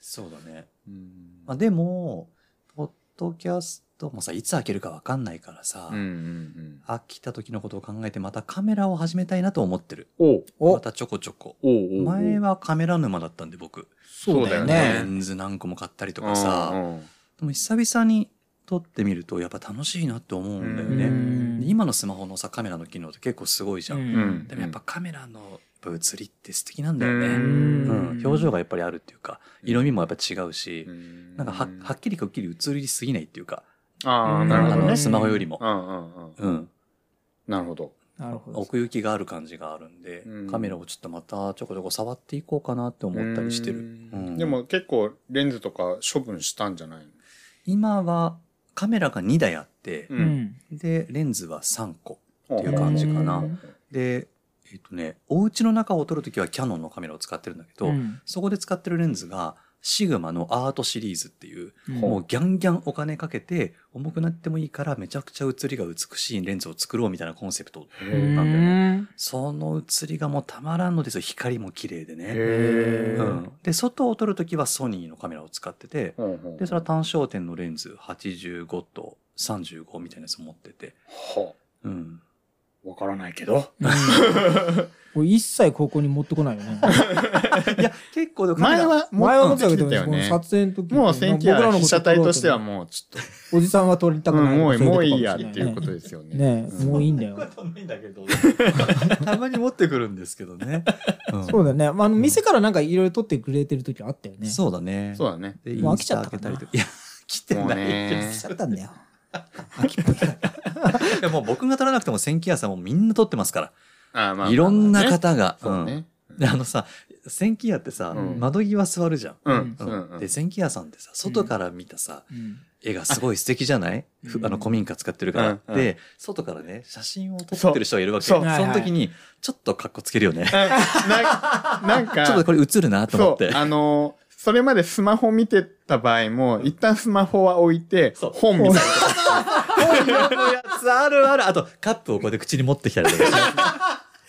Speaker 1: そうだね。
Speaker 3: うん
Speaker 1: まあ、でも、ポッドキャストもさ、いつ開けるかわかんないからさ、
Speaker 3: うんうんうん。
Speaker 1: 飽きた時のことを考えてまたカメラを始めたいなと思ってる。
Speaker 3: おう
Speaker 2: お
Speaker 1: またちょこちょこ。
Speaker 3: おうおうおう
Speaker 1: 前はカメラ沼だったんで僕。
Speaker 3: そうだよ
Speaker 2: そうだ
Speaker 3: ね。
Speaker 2: よ
Speaker 1: レンズ何個も買ったりとかさ、
Speaker 3: うんうん
Speaker 1: でも久々に撮ってみるとやっぱ楽しいなって思うんだよ
Speaker 2: う
Speaker 1: ね。
Speaker 2: ん
Speaker 1: で今のスマホのさカメラの機能って結構すごいじゃん。
Speaker 3: ん
Speaker 1: でもやっぱカメラのやっぱ写りって素敵なんだよね。
Speaker 3: う
Speaker 1: うん
Speaker 3: ん
Speaker 1: 表情がやっぱりあるっていうか色味もやっぱ違うし、
Speaker 3: うん
Speaker 1: なんかははっきりくっきり写りすぎないっていうか、
Speaker 3: ああ、
Speaker 2: うん
Speaker 3: なるほ
Speaker 1: あ
Speaker 3: ど
Speaker 1: の
Speaker 3: ね。
Speaker 1: ねスマホよりも
Speaker 3: う、んうんうん。
Speaker 1: うん、
Speaker 3: なるほど。
Speaker 2: なるほど。
Speaker 1: 奥行きがある感じがあるんで、
Speaker 3: うん
Speaker 1: カメラをちょっとまたちょこちょこ触っていこうかなって思ったりしてる。
Speaker 3: うん
Speaker 1: うん
Speaker 3: でも結構レンズとか処分したんじゃない
Speaker 1: 今はカメラが2台あって、
Speaker 3: の
Speaker 2: う。ん。
Speaker 1: でレンズは3個
Speaker 3: って
Speaker 1: いう感じかな
Speaker 3: うん
Speaker 1: でえっ、とねお家の中を撮るときはキヤノンのカメラを使ってるんだけど、
Speaker 2: うん
Speaker 1: そこで使ってるレンズがシグマのアートシリーズっていう、
Speaker 2: うん
Speaker 1: もうギャンギャンお金かけて重くなってもいいからめちゃくちゃ写りが美しいレンズを作ろうみたいなコンセプト
Speaker 3: へ
Speaker 2: うん
Speaker 3: ー
Speaker 1: なんだよねその写りがもうたまらんのですよ光も綺麗でね、
Speaker 3: へ
Speaker 1: う
Speaker 3: ー
Speaker 1: ん、で外を撮るときはソニーのカメラを使ってて
Speaker 3: ほうほう
Speaker 1: でそれは単焦点のレンズ85と35みたいなやつを持ってて、
Speaker 3: は
Speaker 1: うん、
Speaker 3: あわからないけど。
Speaker 2: これ一切高校に持ってこないよ ね。
Speaker 1: いや結構でもカメ
Speaker 3: 前
Speaker 1: ラ
Speaker 3: は、
Speaker 2: 前は持ってたけど、
Speaker 3: うん
Speaker 2: この撮影の時
Speaker 3: もうセンキュ
Speaker 2: 僕ら
Speaker 3: ア
Speaker 2: の
Speaker 3: 被
Speaker 2: こと
Speaker 3: 写体としては
Speaker 2: 撮ろう
Speaker 3: もうちょっ
Speaker 2: とおじさんは撮りた
Speaker 3: と、
Speaker 2: くない。
Speaker 3: もう
Speaker 2: そ
Speaker 3: もう
Speaker 2: い
Speaker 3: い
Speaker 2: こ
Speaker 3: いや
Speaker 2: と
Speaker 3: っ
Speaker 2: かもしてれ
Speaker 3: い
Speaker 2: な
Speaker 3: うことですよね。
Speaker 2: ねえ
Speaker 3: うん
Speaker 2: もういいんだよ。
Speaker 1: ないんだけど たまに持ってくるんですけどね、うん
Speaker 2: そうだよね。あの、店からなんかいろいろ撮ってくれてる時あったよね。う。
Speaker 1: そうだね
Speaker 3: そうだね。
Speaker 1: で
Speaker 2: も
Speaker 1: イ
Speaker 2: う飽
Speaker 1: ン
Speaker 2: き
Speaker 1: ス
Speaker 2: ちゃ
Speaker 1: タ
Speaker 2: った
Speaker 1: 開け
Speaker 2: か
Speaker 1: た
Speaker 2: な
Speaker 1: りとかいや来て
Speaker 3: もう
Speaker 1: ない
Speaker 3: ね
Speaker 2: しちゃったんだよ。秋っぽいから
Speaker 1: いやもう僕が撮らなくても千キ屋さんもみんな撮ってますか
Speaker 3: あーま
Speaker 1: ら
Speaker 3: あ
Speaker 1: いろんな。方が
Speaker 3: まあまあね
Speaker 1: うんであのさ千キ屋ってさ、
Speaker 3: うん
Speaker 1: 窓際座るじゃん、
Speaker 3: そう
Speaker 2: うん。
Speaker 3: ねうんうんうん
Speaker 1: で千キ屋さんってさ外から見たさ、
Speaker 2: うん
Speaker 1: 絵がすごい素敵じゃない
Speaker 2: あ
Speaker 1: ふ
Speaker 2: うん
Speaker 1: あの古民家使ってるから、
Speaker 3: うん
Speaker 1: で外からね写真を撮ってる人がいるわけ
Speaker 3: そう
Speaker 1: そ
Speaker 3: そう
Speaker 2: はい
Speaker 1: の
Speaker 2: はい
Speaker 1: 時にちょっとかっこつけるよね
Speaker 3: ななん か、
Speaker 1: ちょっとこれ映るなと思
Speaker 3: そ
Speaker 1: っ
Speaker 3: う
Speaker 1: て、
Speaker 3: あのーそれまでスマホ見てた場合も、一旦スマホは置いて、
Speaker 1: そう
Speaker 3: 本見たりとか
Speaker 1: やつあるあるあとカップをこうやって口に持ってきたりとかして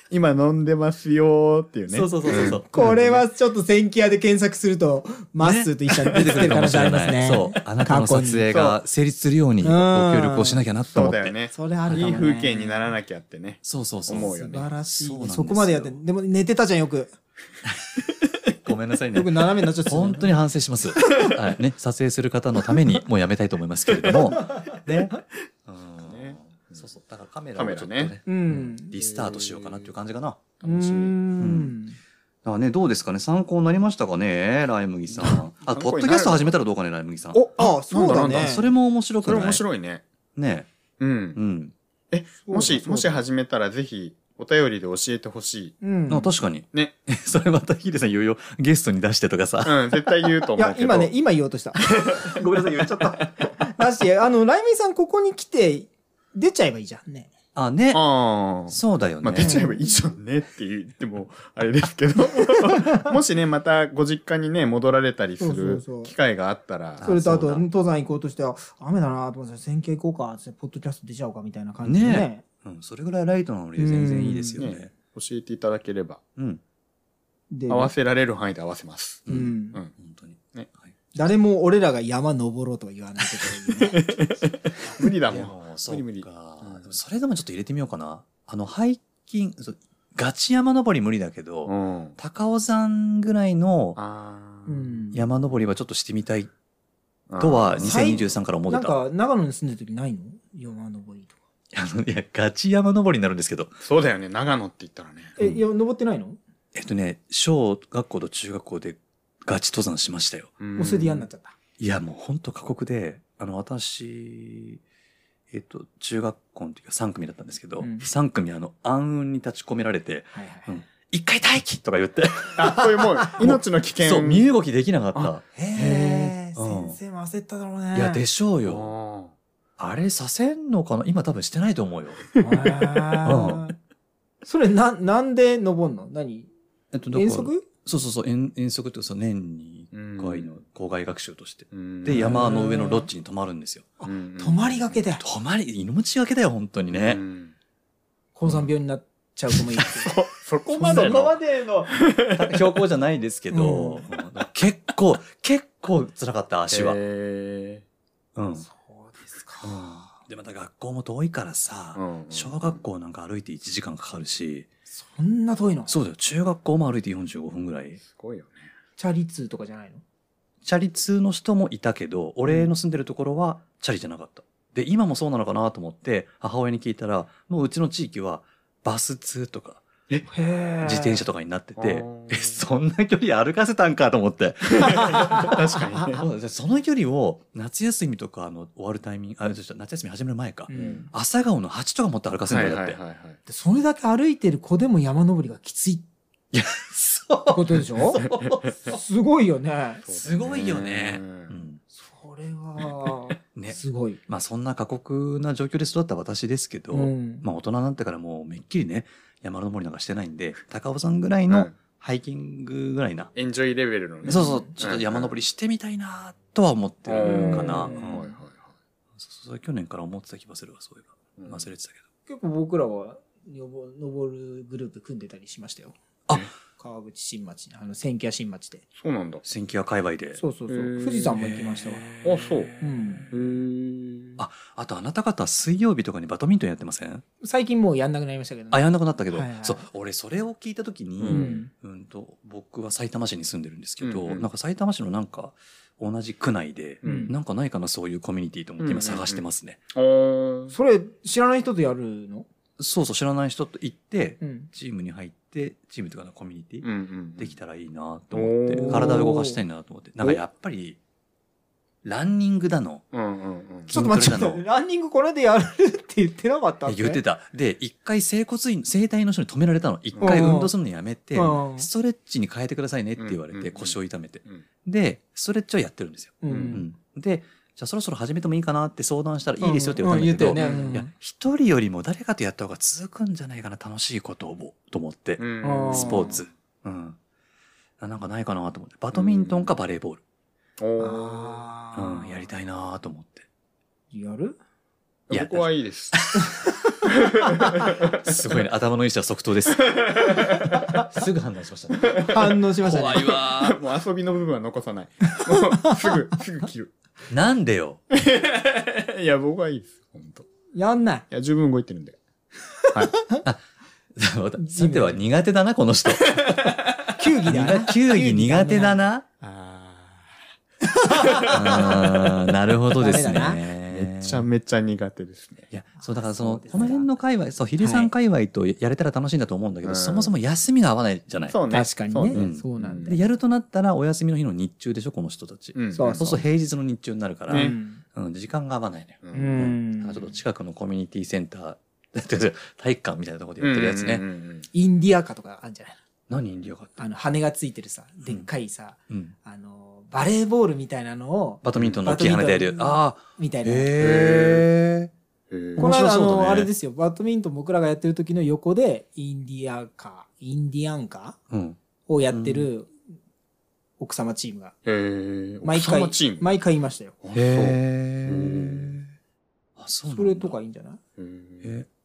Speaker 3: 今飲んでますよーっていうね。
Speaker 1: そうそうそうそうそう
Speaker 2: これはちょっと千キアで検索すると、まっすーと一緒に出
Speaker 1: 出
Speaker 2: て
Speaker 1: て
Speaker 2: く
Speaker 1: く
Speaker 2: る
Speaker 1: る
Speaker 2: 可
Speaker 1: か
Speaker 2: 能
Speaker 1: も
Speaker 2: 性
Speaker 1: し
Speaker 2: あ
Speaker 1: れ
Speaker 2: りま
Speaker 1: な
Speaker 2: す
Speaker 1: い、
Speaker 2: ね。
Speaker 1: そうあなたの撮影が成立するように
Speaker 2: う
Speaker 1: ご
Speaker 2: ん
Speaker 1: 協力をしなきゃなと
Speaker 3: そ
Speaker 1: 思
Speaker 3: う
Speaker 1: って
Speaker 3: だよね。
Speaker 2: それあるかも、
Speaker 3: い
Speaker 2: ね。
Speaker 3: い風景にならなきゃってね。
Speaker 1: そうそうそう
Speaker 3: 思うよ
Speaker 2: 素
Speaker 3: ね
Speaker 2: 晴らしい。
Speaker 1: そうなん
Speaker 2: そ
Speaker 1: ですよ
Speaker 2: こまでやって、でも寝てたじゃん、よく。
Speaker 1: ごめんなさいね
Speaker 2: よく斜めになっちゃってたじゃん
Speaker 1: 本当に反省します、はいね、撮影する方のためにもうやめたいと思いますけれどもねうん
Speaker 3: ね
Speaker 1: そうそうだからカメラ
Speaker 3: カ
Speaker 1: を
Speaker 3: メ
Speaker 1: ち
Speaker 3: ラ
Speaker 1: ょっと
Speaker 3: ね
Speaker 1: ね
Speaker 2: うん。
Speaker 1: リスタートしようかなっていう感じかな。
Speaker 2: うーん。
Speaker 1: あね、どうですかね参考になりましたかねライムギさん。あ、
Speaker 3: 参考になる
Speaker 1: ポッドキャスト始めたらどうかねライムギさん。
Speaker 2: お、あ、そうだ
Speaker 3: なんだなん
Speaker 2: ね。
Speaker 3: だ
Speaker 1: それも面白
Speaker 3: そ
Speaker 1: く
Speaker 3: れ
Speaker 1: ない
Speaker 3: 面白いね。
Speaker 1: ね
Speaker 3: う。
Speaker 1: うんん。
Speaker 3: え、もし、もし
Speaker 2: は、
Speaker 3: 始めたらぜひ、お便りで教えてほしい。
Speaker 2: うん。
Speaker 1: あ確かに。
Speaker 3: ね。
Speaker 1: それまたヒデさんいよいよゲストに出してとかさ。
Speaker 3: うん、絶対言うと
Speaker 2: い
Speaker 3: 思う
Speaker 2: や、
Speaker 3: けど。
Speaker 2: 今ね、今言おうとした。
Speaker 1: ごめんなさい、言っちゃった。
Speaker 2: だし、あの、ライミンさんここに来て、出ちゃえばいいじゃんね。
Speaker 1: あ、ね。
Speaker 3: ああ。
Speaker 1: そうだよね。
Speaker 3: まあ、出ちゃえばいいじゃんねって言っても、あれです けど。もしね、またご実家にね、戻られたりす
Speaker 2: そう
Speaker 3: る
Speaker 2: そうそう
Speaker 3: 機会があったら、
Speaker 1: あ
Speaker 2: それとあ
Speaker 1: そう
Speaker 2: と、
Speaker 1: だ
Speaker 2: 登山行こうとして、あ雨だなと思って、線形行こうか、つってポッドキャスト出ちゃおうかみたいな感じでね。
Speaker 1: ねうん、それぐらいライトなノリで全然いいですよね
Speaker 3: ね。教えていただければ、
Speaker 1: うん。
Speaker 2: で、
Speaker 3: 合わせられる範囲で合わせます。
Speaker 2: う
Speaker 1: うん
Speaker 2: ん
Speaker 3: う。ん。
Speaker 1: 本当に。
Speaker 3: ね
Speaker 1: はい
Speaker 2: 誰も俺らが山登ろうとは言わないけど、ね、
Speaker 3: 無理だ
Speaker 1: いや
Speaker 3: もん。
Speaker 1: もうそうか
Speaker 3: 無理無理
Speaker 1: でもそれでもちょっと入れてみようかな。あの、ハイキング、そうガチ山登り無理だけど、
Speaker 3: うん。
Speaker 1: 高尾山ぐらいの
Speaker 3: あ
Speaker 2: う
Speaker 3: ー
Speaker 2: ん。
Speaker 1: 山登りはちょっとしてみたいとは2023から思っ
Speaker 2: な
Speaker 1: て
Speaker 2: ん
Speaker 1: た。
Speaker 2: か、長野に住んでる時ないの山登りとか。
Speaker 1: あのいや、ガチ山登りになるんですけど、
Speaker 3: そうだよね、長野って言ったらね。
Speaker 2: え、
Speaker 1: うん
Speaker 2: いや、登ってないの
Speaker 1: えっとね、小学校と中学校でガチ登山しましたよ。
Speaker 2: おそれで嫌になっちゃった。
Speaker 1: いや、もうほんと過酷で、あの、私、えっと、中学校の時は3組だったんですけど、
Speaker 2: うん
Speaker 1: 三3組あの、暗雲に立ち込められて、
Speaker 2: はいはい
Speaker 1: うん一回待機とか言って、
Speaker 3: あ、そういう もう、命の危険。
Speaker 1: そう、身動きできなかった。
Speaker 2: へえ、
Speaker 1: うん
Speaker 2: 先生も焦っただろうね。
Speaker 1: いや、でしょうよ。
Speaker 3: よ。
Speaker 1: あれさせんのかな今多分してないと思うよ。
Speaker 2: あーそれな、なんで登んの何
Speaker 1: えっと、だから
Speaker 2: 遠足
Speaker 1: そうそうそう、遠遠足っていうか、その年に1回の校外学習として。
Speaker 3: うん
Speaker 1: で、山の上のロッジに泊まるんですよ。
Speaker 3: うん
Speaker 2: 泊まりがけで、
Speaker 1: 泊まり、命がけだよ、本当に
Speaker 3: う
Speaker 1: ね。
Speaker 3: ん
Speaker 2: 高山病になっちゃう子もいるっていう。
Speaker 3: そそこま で
Speaker 1: そこ
Speaker 3: の
Speaker 1: までの 標高じゃないですけど、
Speaker 2: うん
Speaker 1: うん結構、結構辛かった、足は。
Speaker 3: へ
Speaker 1: うん。
Speaker 2: そうです
Speaker 1: う
Speaker 2: か。
Speaker 1: んで、また学校も遠いからさ
Speaker 3: ー、うん
Speaker 1: 小学校なんか歩いて1時間かかるし、
Speaker 2: そんな遠いの
Speaker 1: そうだよ、中学校も歩いて45分ぐらい。
Speaker 3: すごいよね
Speaker 2: チャリ通とかじゃないの
Speaker 1: チャリ通の人もいたけど、俺の住んでるところはチャリじゃなかった。で、今もそうなのかなと思って、母親に聞いたら、もううちの地域はバス通とか、
Speaker 2: へ
Speaker 1: 自転車
Speaker 2: と
Speaker 1: とかになってて
Speaker 3: あー、
Speaker 1: え、そんな距離歩かせたんかと思って。
Speaker 3: 確かにね
Speaker 1: そうだその距離を夏休みとかあの終わるタイミング、あ、違う違う夏休み始める前か。
Speaker 2: うん。
Speaker 1: 朝顔の鉢とか持って歩かせるんだよだって。
Speaker 3: はいはい
Speaker 2: でそれだけ歩いてる子でも山登りがきついって
Speaker 1: そ
Speaker 2: ことでしょすごいよね。
Speaker 1: すごいよねう。う
Speaker 3: うん
Speaker 1: ん
Speaker 2: それは、
Speaker 1: ね。
Speaker 2: すごい。
Speaker 1: まあそんな過酷な状況で育った私ですけど、
Speaker 2: うん
Speaker 1: まあ大人になってからもうめっきりね、山登りなんかしてないんで、高尾山ぐらいのハイキングぐらいな。
Speaker 3: エンジョイレベルのね
Speaker 1: そうそう、ちょっと山登りしてみたいなとは思ってるかな。う
Speaker 2: う
Speaker 1: んん
Speaker 3: はいはいはい
Speaker 1: そうそう去年から思ってた気がするわ、そういえば。忘れてたけど。
Speaker 2: 結構僕らは登登るグループ組んでたりしましたよ。
Speaker 1: あ
Speaker 2: 川口新町、あの、千家新町で。
Speaker 3: そうなんだ
Speaker 1: 千キア界隈で。
Speaker 2: そうそうそう。
Speaker 3: へー
Speaker 2: 富士山も行きましたわ。
Speaker 3: あそう
Speaker 2: うん。
Speaker 3: へ
Speaker 1: ああとあなた方水曜日とかにバドミントンやってません
Speaker 2: 最近もうやんなくなりましたけど
Speaker 1: あやんなくなったけど、
Speaker 2: はいはい
Speaker 1: そう俺それを聞いた時に、
Speaker 3: う
Speaker 2: うんん。
Speaker 1: と僕は埼玉市に住んでるんですけど、
Speaker 3: うんうん
Speaker 1: なんか埼玉市のなんか同じ区内で、
Speaker 3: うん
Speaker 1: なんかないかなそういうコミュニティと思って今探してますね、
Speaker 3: ー
Speaker 2: それ、知らない人とやるの
Speaker 1: そうそう知らない人と行って
Speaker 2: うん。
Speaker 1: チームに入ってチームというかのコミュニティ、
Speaker 3: うんうん
Speaker 1: できたらいいなと思って
Speaker 3: おー
Speaker 1: 体を動かしたいなと思ってなんかやっぱりランニングだの
Speaker 3: うんうんうん
Speaker 2: ちょっと待っ
Speaker 1: 筋
Speaker 2: て、ち
Speaker 1: ト
Speaker 2: ょ
Speaker 1: レだの
Speaker 2: っと、ランニングこれでやるって言ってなかったっ
Speaker 1: いや言って
Speaker 2: た。
Speaker 1: た。で、一回整骨院、整体の人に止められたの。一回運動するのやめて
Speaker 2: う、ん
Speaker 1: ストレッチに変えてくださいねって言われ
Speaker 3: うんうんう
Speaker 1: て、
Speaker 3: ん
Speaker 1: 腰を痛めて
Speaker 3: うん。
Speaker 1: で、ストレッチをやってるんですよ。
Speaker 2: う。
Speaker 3: うん
Speaker 1: うんで、じゃあそろそろ始めてもいいかなって相談したらいいですよって言われたんだけど、
Speaker 2: うん
Speaker 1: い
Speaker 2: 言ってたよね
Speaker 1: や、一人よりも誰かとやった方が続くんじゃないかな、楽しいことを、と思って
Speaker 3: う、ん
Speaker 2: あ
Speaker 1: スポーツ。うん。あなんかないかなと思って、バドミントンかバレーボール。
Speaker 3: おー
Speaker 2: あ
Speaker 1: うん、やりたいなと思って。
Speaker 2: い。やる
Speaker 1: いや
Speaker 3: 僕はいいです
Speaker 1: すごいね、頭のいい人は即答です。 すぐ判断しましたね。
Speaker 2: 反応しましたね。
Speaker 1: 怖いわー。
Speaker 3: もう遊びの部分は残さない。もうすぐ、すぐ切る。
Speaker 1: なんでよ。
Speaker 3: いや、僕はいいです。本当。い
Speaker 2: やんない。
Speaker 3: や、十分動いてるんで。
Speaker 1: さては苦手だな、この人。
Speaker 2: 球技だな。
Speaker 1: 球技苦手だな。
Speaker 3: あ
Speaker 1: あーなるほどです
Speaker 2: ダメ
Speaker 3: あ。
Speaker 1: ね
Speaker 3: め。ちゃめちゃ苦手ですね。
Speaker 1: いや、そう、だからその、
Speaker 2: そうですか
Speaker 1: この辺の界隈、そう、ヒデさん界隈とやれたら楽しいんだと思うんだけど、
Speaker 3: うん
Speaker 1: そもそも休みが合わないじゃない。
Speaker 3: そうね。
Speaker 2: 確かに
Speaker 3: そう
Speaker 2: ね。
Speaker 1: ね
Speaker 2: そうなんだ
Speaker 1: で、
Speaker 2: よ。
Speaker 1: やるとなったら、お休みの日の日中でしょ、この人たち。
Speaker 3: うん。
Speaker 2: そう
Speaker 1: そうすると平日の日中になるから、
Speaker 3: ね
Speaker 2: うん
Speaker 1: うん、時間が合わないのよ。
Speaker 3: う。
Speaker 2: うん
Speaker 1: だ
Speaker 2: ん
Speaker 1: からちょっと近くのコミュニティセンター、 体育館みたいなところでやってるやつね。
Speaker 3: うんうんうん
Speaker 2: インディアカとかあるんじゃない
Speaker 1: 何インディアかって。
Speaker 2: のあの、羽がついてるさ、でっかいさ、
Speaker 1: うん。
Speaker 2: あの、バレーボールみたいなのを、
Speaker 1: バドミントンの大きい羽でやる
Speaker 2: バドミン。トン
Speaker 1: ああ。
Speaker 2: みたいな。
Speaker 1: へえ。
Speaker 3: うん。
Speaker 2: この
Speaker 1: 面
Speaker 2: 間、
Speaker 1: 白
Speaker 2: あ
Speaker 1: そうだね
Speaker 2: の、あれですよ、バドミントン僕らがやってる時の横で、インディアカ、インディアンカ
Speaker 1: うん。
Speaker 2: をやってる奥様チームが、
Speaker 3: へえ。
Speaker 2: 毎回
Speaker 3: 奥様チーム。
Speaker 2: 毎回いましたよ。
Speaker 3: あ
Speaker 1: へ
Speaker 3: ー
Speaker 1: え。あ、そうなん
Speaker 2: そ
Speaker 1: だ
Speaker 2: れとかいいんじゃない
Speaker 3: そうへ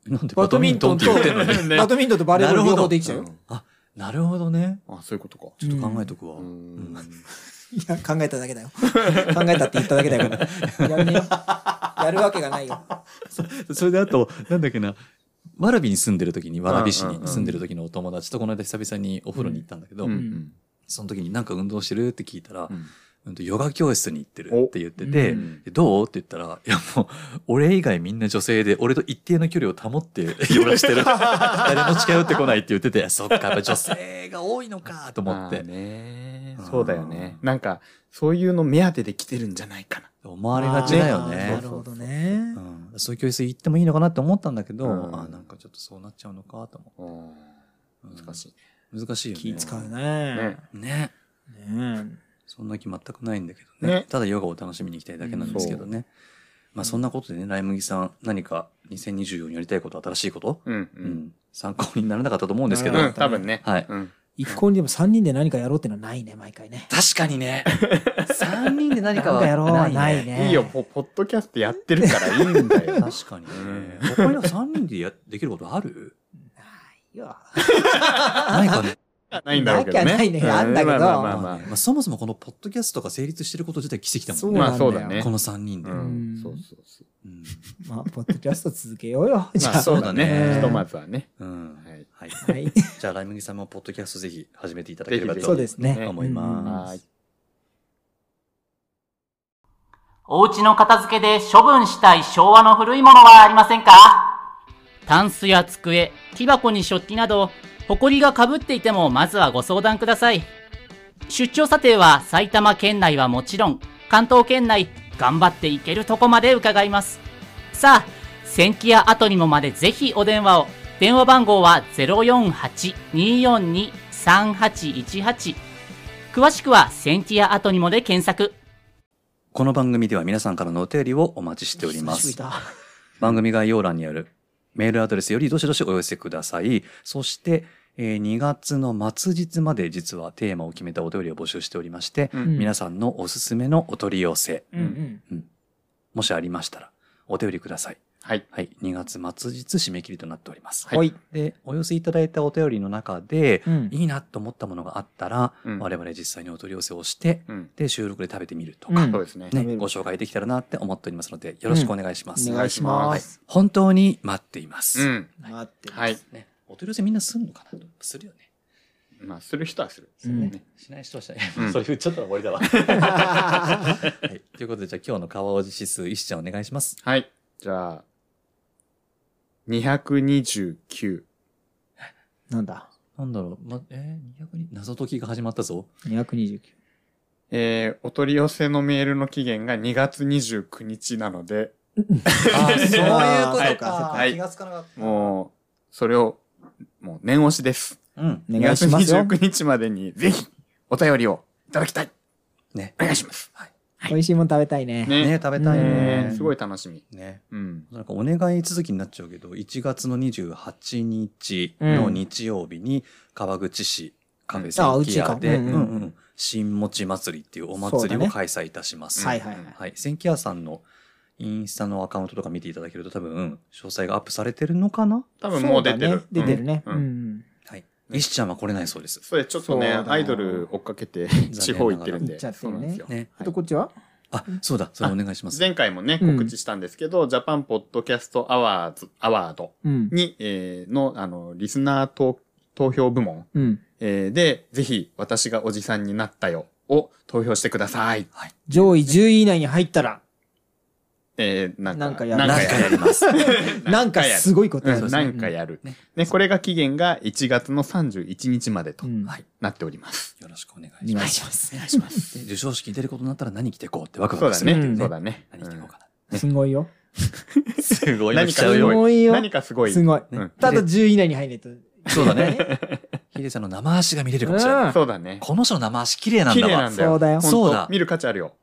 Speaker 1: え、なんで
Speaker 2: バ
Speaker 1: バ
Speaker 2: ド
Speaker 1: ド
Speaker 2: ミ
Speaker 1: ミ
Speaker 2: ン
Speaker 1: ン
Speaker 2: ト
Speaker 1: ト
Speaker 2: ン
Speaker 1: ン
Speaker 2: と
Speaker 1: って言ってんのね。
Speaker 3: ね
Speaker 2: バドミントンとバレーボール
Speaker 1: な
Speaker 2: 両
Speaker 1: るほど
Speaker 2: 方できちゃう
Speaker 3: ー
Speaker 2: よ。
Speaker 1: なるほどね。
Speaker 3: うんあ、そういうことか。
Speaker 1: ちょっと考えとくわ。
Speaker 3: う
Speaker 1: うん
Speaker 3: ん。
Speaker 2: いや、考えただけだよ。 考えたって言っただけだから。やんねえよ。やるわけがないよ。
Speaker 1: それであと、なんだっけな、蕨に住んでる時に、蕨市
Speaker 3: うんうんう
Speaker 1: に
Speaker 3: ん
Speaker 1: 住んでる時のお友達とこの間久々にお風呂に行ったんだけど、
Speaker 3: うんうん
Speaker 1: その時になんか運動してるって聞いたら
Speaker 3: う、ん
Speaker 1: うんとヨガ教室に行ってるって言ってて、
Speaker 2: お
Speaker 3: うん
Speaker 1: でどうって言ったら、いやもう、俺以外みんな女性で、俺と一定の距離を保って ヨガしてる。誰も近寄ってこないって言ってて、そっか、やっぱ女性が多いのかと思っ
Speaker 3: あー
Speaker 1: て。
Speaker 3: ね
Speaker 1: うん
Speaker 3: そうだよね。なんか、そういうの目当てで来てるんじゃないかな。
Speaker 1: 思われがちだよ
Speaker 2: あー
Speaker 1: ね
Speaker 2: なる。ほどね。
Speaker 1: うん、そういう教室行ってもいいのかなって思ったんだけど、
Speaker 3: うん
Speaker 1: あなんかちょっとそうなっちゃうのかと思
Speaker 3: うん
Speaker 1: う。
Speaker 3: 難しいね。
Speaker 1: い。難しいよね。
Speaker 2: 気使うね。
Speaker 1: ね。
Speaker 2: ね
Speaker 1: そんな気全くないんだけどね。
Speaker 3: ね
Speaker 1: ただヨガを楽しみに行きたいだけなんですけどね。まあそんなことでね、ライ麦さん、何か2024にやりたいこと、新しいこと、
Speaker 3: うん
Speaker 1: う
Speaker 3: う
Speaker 1: ん
Speaker 3: ん。
Speaker 1: 参考にならなかったと思うんですけど、
Speaker 3: うん、多分ね。
Speaker 1: はい
Speaker 3: うん。
Speaker 2: 一向にでも3人で何かやろうっていうのはないね毎回ね
Speaker 1: 確かにね3人で何
Speaker 2: 何
Speaker 1: かは
Speaker 2: かやろうはな
Speaker 1: ない
Speaker 2: い
Speaker 1: ね
Speaker 2: ね
Speaker 3: いいよ、ポポッドキャストやってるからいいん だよ。
Speaker 1: 確かにね他には3人でやできることある
Speaker 2: ないよ
Speaker 1: ないかね
Speaker 3: ないんだろうけどね。
Speaker 2: なきゃないねあんだけど
Speaker 3: うまあまあま
Speaker 1: ま
Speaker 3: あ
Speaker 1: あねまあそもそもこのポッドキャストが成立してること自体奇跡だ
Speaker 2: そ
Speaker 1: も
Speaker 2: うんなんだ
Speaker 3: ま
Speaker 2: よ
Speaker 3: あそうだね
Speaker 1: この3人で、
Speaker 3: まあ。う
Speaker 1: うん
Speaker 3: ん。そうそう そう。
Speaker 2: まあポッドキャスト続けようよじゃ
Speaker 3: まあ
Speaker 2: あ
Speaker 3: そうだね。
Speaker 2: うん
Speaker 3: ひとまずはね。
Speaker 1: うん
Speaker 3: はい。
Speaker 1: はい
Speaker 2: はい
Speaker 1: じゃあライムギさんもポッドキャストぜひ始めていただければ
Speaker 3: ぜひぜひ
Speaker 1: と
Speaker 2: そうですね
Speaker 1: 思いま
Speaker 3: は
Speaker 1: す
Speaker 3: い。
Speaker 6: お家の片付けで処分したい昭和の古いものはありませんかタンスや机、木箱に食器など、埃がかぶっていてもまずはご相談ください。出張査定は埼玉県内はもちろん、関東圏内、頑張っていけるとこまで伺います。さあ、先期や後にもまでぜひお電話を。電話番号は048-242-3818。詳しくは先期や後にもで検索。
Speaker 1: この番組では皆さんからのお便りをお待ちしておりま
Speaker 2: 久し
Speaker 1: す
Speaker 2: ぶりだ
Speaker 1: 番組概要欄にあるメールアドレスよりどしどしお寄せください。そして、えー2月の末日まで実はテーマを決めたお便りを募集しておりまして、
Speaker 2: うん
Speaker 1: 皆さんのおすすめのお取り寄せ、
Speaker 2: うんうん
Speaker 1: もしありましたらお便りください。
Speaker 3: はい。
Speaker 1: はい。2月末日締め切りとなっております。
Speaker 3: はい
Speaker 2: はい
Speaker 1: で、お寄せいただいたお便りの中で、
Speaker 2: うん
Speaker 1: いいなと思ったものがあったら、
Speaker 3: うん
Speaker 1: 我々実際にお取り寄せをして、
Speaker 3: うん。
Speaker 1: で、収録で食べてみると
Speaker 2: う
Speaker 1: か、
Speaker 2: ん
Speaker 3: そうですね。
Speaker 2: 食べ
Speaker 1: ね、
Speaker 2: る
Speaker 1: ご紹介できたらなって思っておりますので、よろしくお願いします。
Speaker 2: お願いします
Speaker 1: 本当に待っています。
Speaker 3: うん。
Speaker 2: 待ってます
Speaker 3: はい。
Speaker 1: ね、お取り寄せみんなすんのかなするよね。
Speaker 3: まあ、する人はする。
Speaker 2: うん
Speaker 3: ね
Speaker 1: しない人はしない。
Speaker 3: うん
Speaker 1: それ言っちゃったら終わりだわ。 はい、ということで、じゃあ今日の川尾指数、石ちゃんお願いします。
Speaker 3: はい。じゃあ、229。
Speaker 2: なんだ
Speaker 1: なんだろう、ま、えー、200人、謎解きが始まったぞ。
Speaker 2: 229
Speaker 3: えー、お取り寄せのメールの期限が2月29日なので、
Speaker 1: あー、そういうこ
Speaker 2: は
Speaker 1: と
Speaker 2: い
Speaker 1: か。
Speaker 3: はい
Speaker 1: がつかなかっ
Speaker 3: もう、それを、もう念押しです。
Speaker 1: た。うん。
Speaker 2: お
Speaker 3: 2
Speaker 2: 願いし
Speaker 3: 月
Speaker 2: ますよ
Speaker 3: 29日までに、ぜひ、お便りをいただきたい。
Speaker 1: ね
Speaker 3: お。願いします。
Speaker 2: 美味しいもん食べたいね
Speaker 3: ね。
Speaker 1: ね、食べたい
Speaker 3: ね
Speaker 1: ね。
Speaker 3: すごい楽しみ。
Speaker 1: ね。
Speaker 3: うん。
Speaker 1: なんかお願い続きになっちゃうけど、1月の28日の日曜日に、川口市カフェセンキアで、
Speaker 2: う
Speaker 1: うんん
Speaker 2: あうち
Speaker 1: う
Speaker 2: かうんうん
Speaker 1: ん、新餅祭りっていうお
Speaker 2: そう
Speaker 1: 祭
Speaker 2: だ
Speaker 1: り
Speaker 2: ね
Speaker 1: を開催いたします。
Speaker 2: はいはいはい
Speaker 1: はい。センキアさんのインスタのアカウントとか見ていただけると多分、詳細がアップされてるのかな
Speaker 3: 多分もう出てる
Speaker 2: そ。だね出てるね
Speaker 3: う
Speaker 2: うんん
Speaker 3: う
Speaker 2: うんん
Speaker 1: はい。石ちゃんは来れないそうです。
Speaker 3: そうですちょっとね、
Speaker 2: そうだな
Speaker 3: アイドル追っかけて、地方行ってるん
Speaker 2: 行っ
Speaker 3: で。
Speaker 2: ちゃって
Speaker 3: そう
Speaker 2: る
Speaker 3: なんです
Speaker 2: ね
Speaker 3: よ。
Speaker 1: ね。
Speaker 2: あとこっちは
Speaker 1: あ、そうだ。それお願いします。
Speaker 3: 前回もね、
Speaker 2: うん
Speaker 3: 告知したんですけど、ジャパンポッドキャストアワーズ、アワード
Speaker 2: うん
Speaker 3: に、えーの、あの、リスナー投投票部門、
Speaker 2: うん
Speaker 3: えーで、ぜひ、私がおじさんになったよを投票してください。
Speaker 2: 上位10位以内に入ったら
Speaker 3: えー、なんか、
Speaker 2: なんかやる
Speaker 3: な
Speaker 1: 何
Speaker 3: んか
Speaker 1: 回
Speaker 3: や
Speaker 1: や
Speaker 3: る。
Speaker 1: ります。
Speaker 2: なんかすごいことや
Speaker 3: う
Speaker 2: る
Speaker 3: ん、なんかやる。
Speaker 1: ね
Speaker 3: ね、これが期限が1月の31日までと
Speaker 2: うん
Speaker 1: はい。
Speaker 3: なっております。
Speaker 1: よろしくお願い
Speaker 2: お
Speaker 1: しま
Speaker 2: 願い
Speaker 1: す。
Speaker 2: します
Speaker 1: お願いし ます。で授賞式に出ることになったら何着てこうってワク
Speaker 3: そ
Speaker 1: ワ
Speaker 3: う
Speaker 1: ク
Speaker 3: だ
Speaker 1: するっていう
Speaker 3: ね。
Speaker 1: ね。
Speaker 3: そうだね。
Speaker 1: 何着てこうか
Speaker 2: すごいよ
Speaker 1: な。すご
Speaker 3: い
Speaker 1: い
Speaker 3: の
Speaker 1: の
Speaker 3: 来
Speaker 1: 来
Speaker 3: ち
Speaker 1: ち
Speaker 3: ゃ
Speaker 1: ゃ
Speaker 3: う
Speaker 1: う
Speaker 3: よ
Speaker 1: よ。
Speaker 2: ごい
Speaker 3: うん
Speaker 2: よ
Speaker 3: 何かすごい。
Speaker 2: すごい
Speaker 3: うん
Speaker 2: ただ10位以内に入んないと
Speaker 1: そうだね。ヒデさんの生足が見れるかもしれ
Speaker 2: う
Speaker 1: なんい。
Speaker 3: そうだね。
Speaker 1: この人の生足綺麗なん
Speaker 3: 綺
Speaker 1: だ
Speaker 3: 麗な
Speaker 1: わ
Speaker 3: ん。だよ。
Speaker 2: そうだよ
Speaker 3: 本当
Speaker 1: そうだ
Speaker 3: 見る価値あるよ。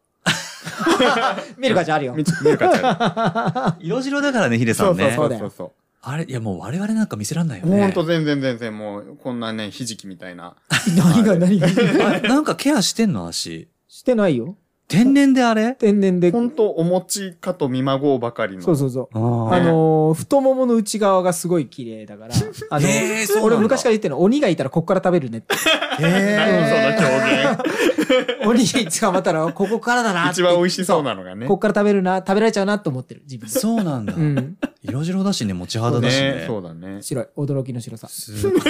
Speaker 2: 見る価値あるよ
Speaker 3: 見見る価値ある。
Speaker 1: 色白だからね、ヒデさん
Speaker 3: そうそう
Speaker 1: ね
Speaker 3: そ。
Speaker 2: だよ
Speaker 3: うそうそう。
Speaker 1: あれ、いやもう我々なんか見せらんないよ
Speaker 3: ほん
Speaker 1: ね。
Speaker 3: と全然全然もう、こんなね、ひじきみたいな。
Speaker 2: 何が何が
Speaker 1: あなんかケアしてんの足。
Speaker 2: してないよ
Speaker 1: 天然であれ
Speaker 2: 天然で
Speaker 3: ほんとお餅かと見まごうばかりの。
Speaker 2: そうそうそうあ
Speaker 1: あ
Speaker 2: のー太ももの内側がすごい綺麗だから、あの
Speaker 1: へーそうなんだ
Speaker 2: 俺昔から言ってるの、鬼がいたらこっから食べるねって。
Speaker 1: へえ。
Speaker 3: 何その表現。
Speaker 2: 鬼に捕まったらここからだなって。
Speaker 3: 一番美味しそうなのがね。
Speaker 2: こっから食べるな、食べられちゃうなと思ってる、自分で。
Speaker 1: そうなんだ
Speaker 2: う。ん。
Speaker 1: 色白だしね、持ち肌だし
Speaker 3: ね
Speaker 1: ね。
Speaker 3: そうだね。
Speaker 2: 白い。驚きの白さ。
Speaker 1: すごいす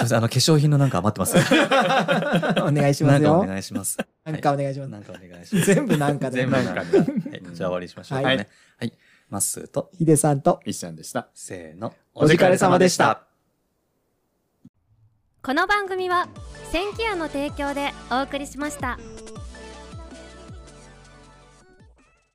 Speaker 1: いません、あの化粧品のなんか余ってます。
Speaker 2: お願いし
Speaker 1: な
Speaker 2: ま
Speaker 1: ん
Speaker 2: す
Speaker 1: かお
Speaker 2: よ。
Speaker 1: 願いします。
Speaker 2: なんかお願いします。
Speaker 1: なんかお願いします。
Speaker 2: 全部なんかで。
Speaker 1: 全部なんか。はいじゃあ終わりにしましょうか
Speaker 2: は
Speaker 1: ね。はい。まっすーと、
Speaker 2: ヒデさんと。
Speaker 3: 一ちゃんでした。
Speaker 1: せーの。
Speaker 2: お疲れ様でした。
Speaker 4: この番組は「千キアの提供でお送りしました。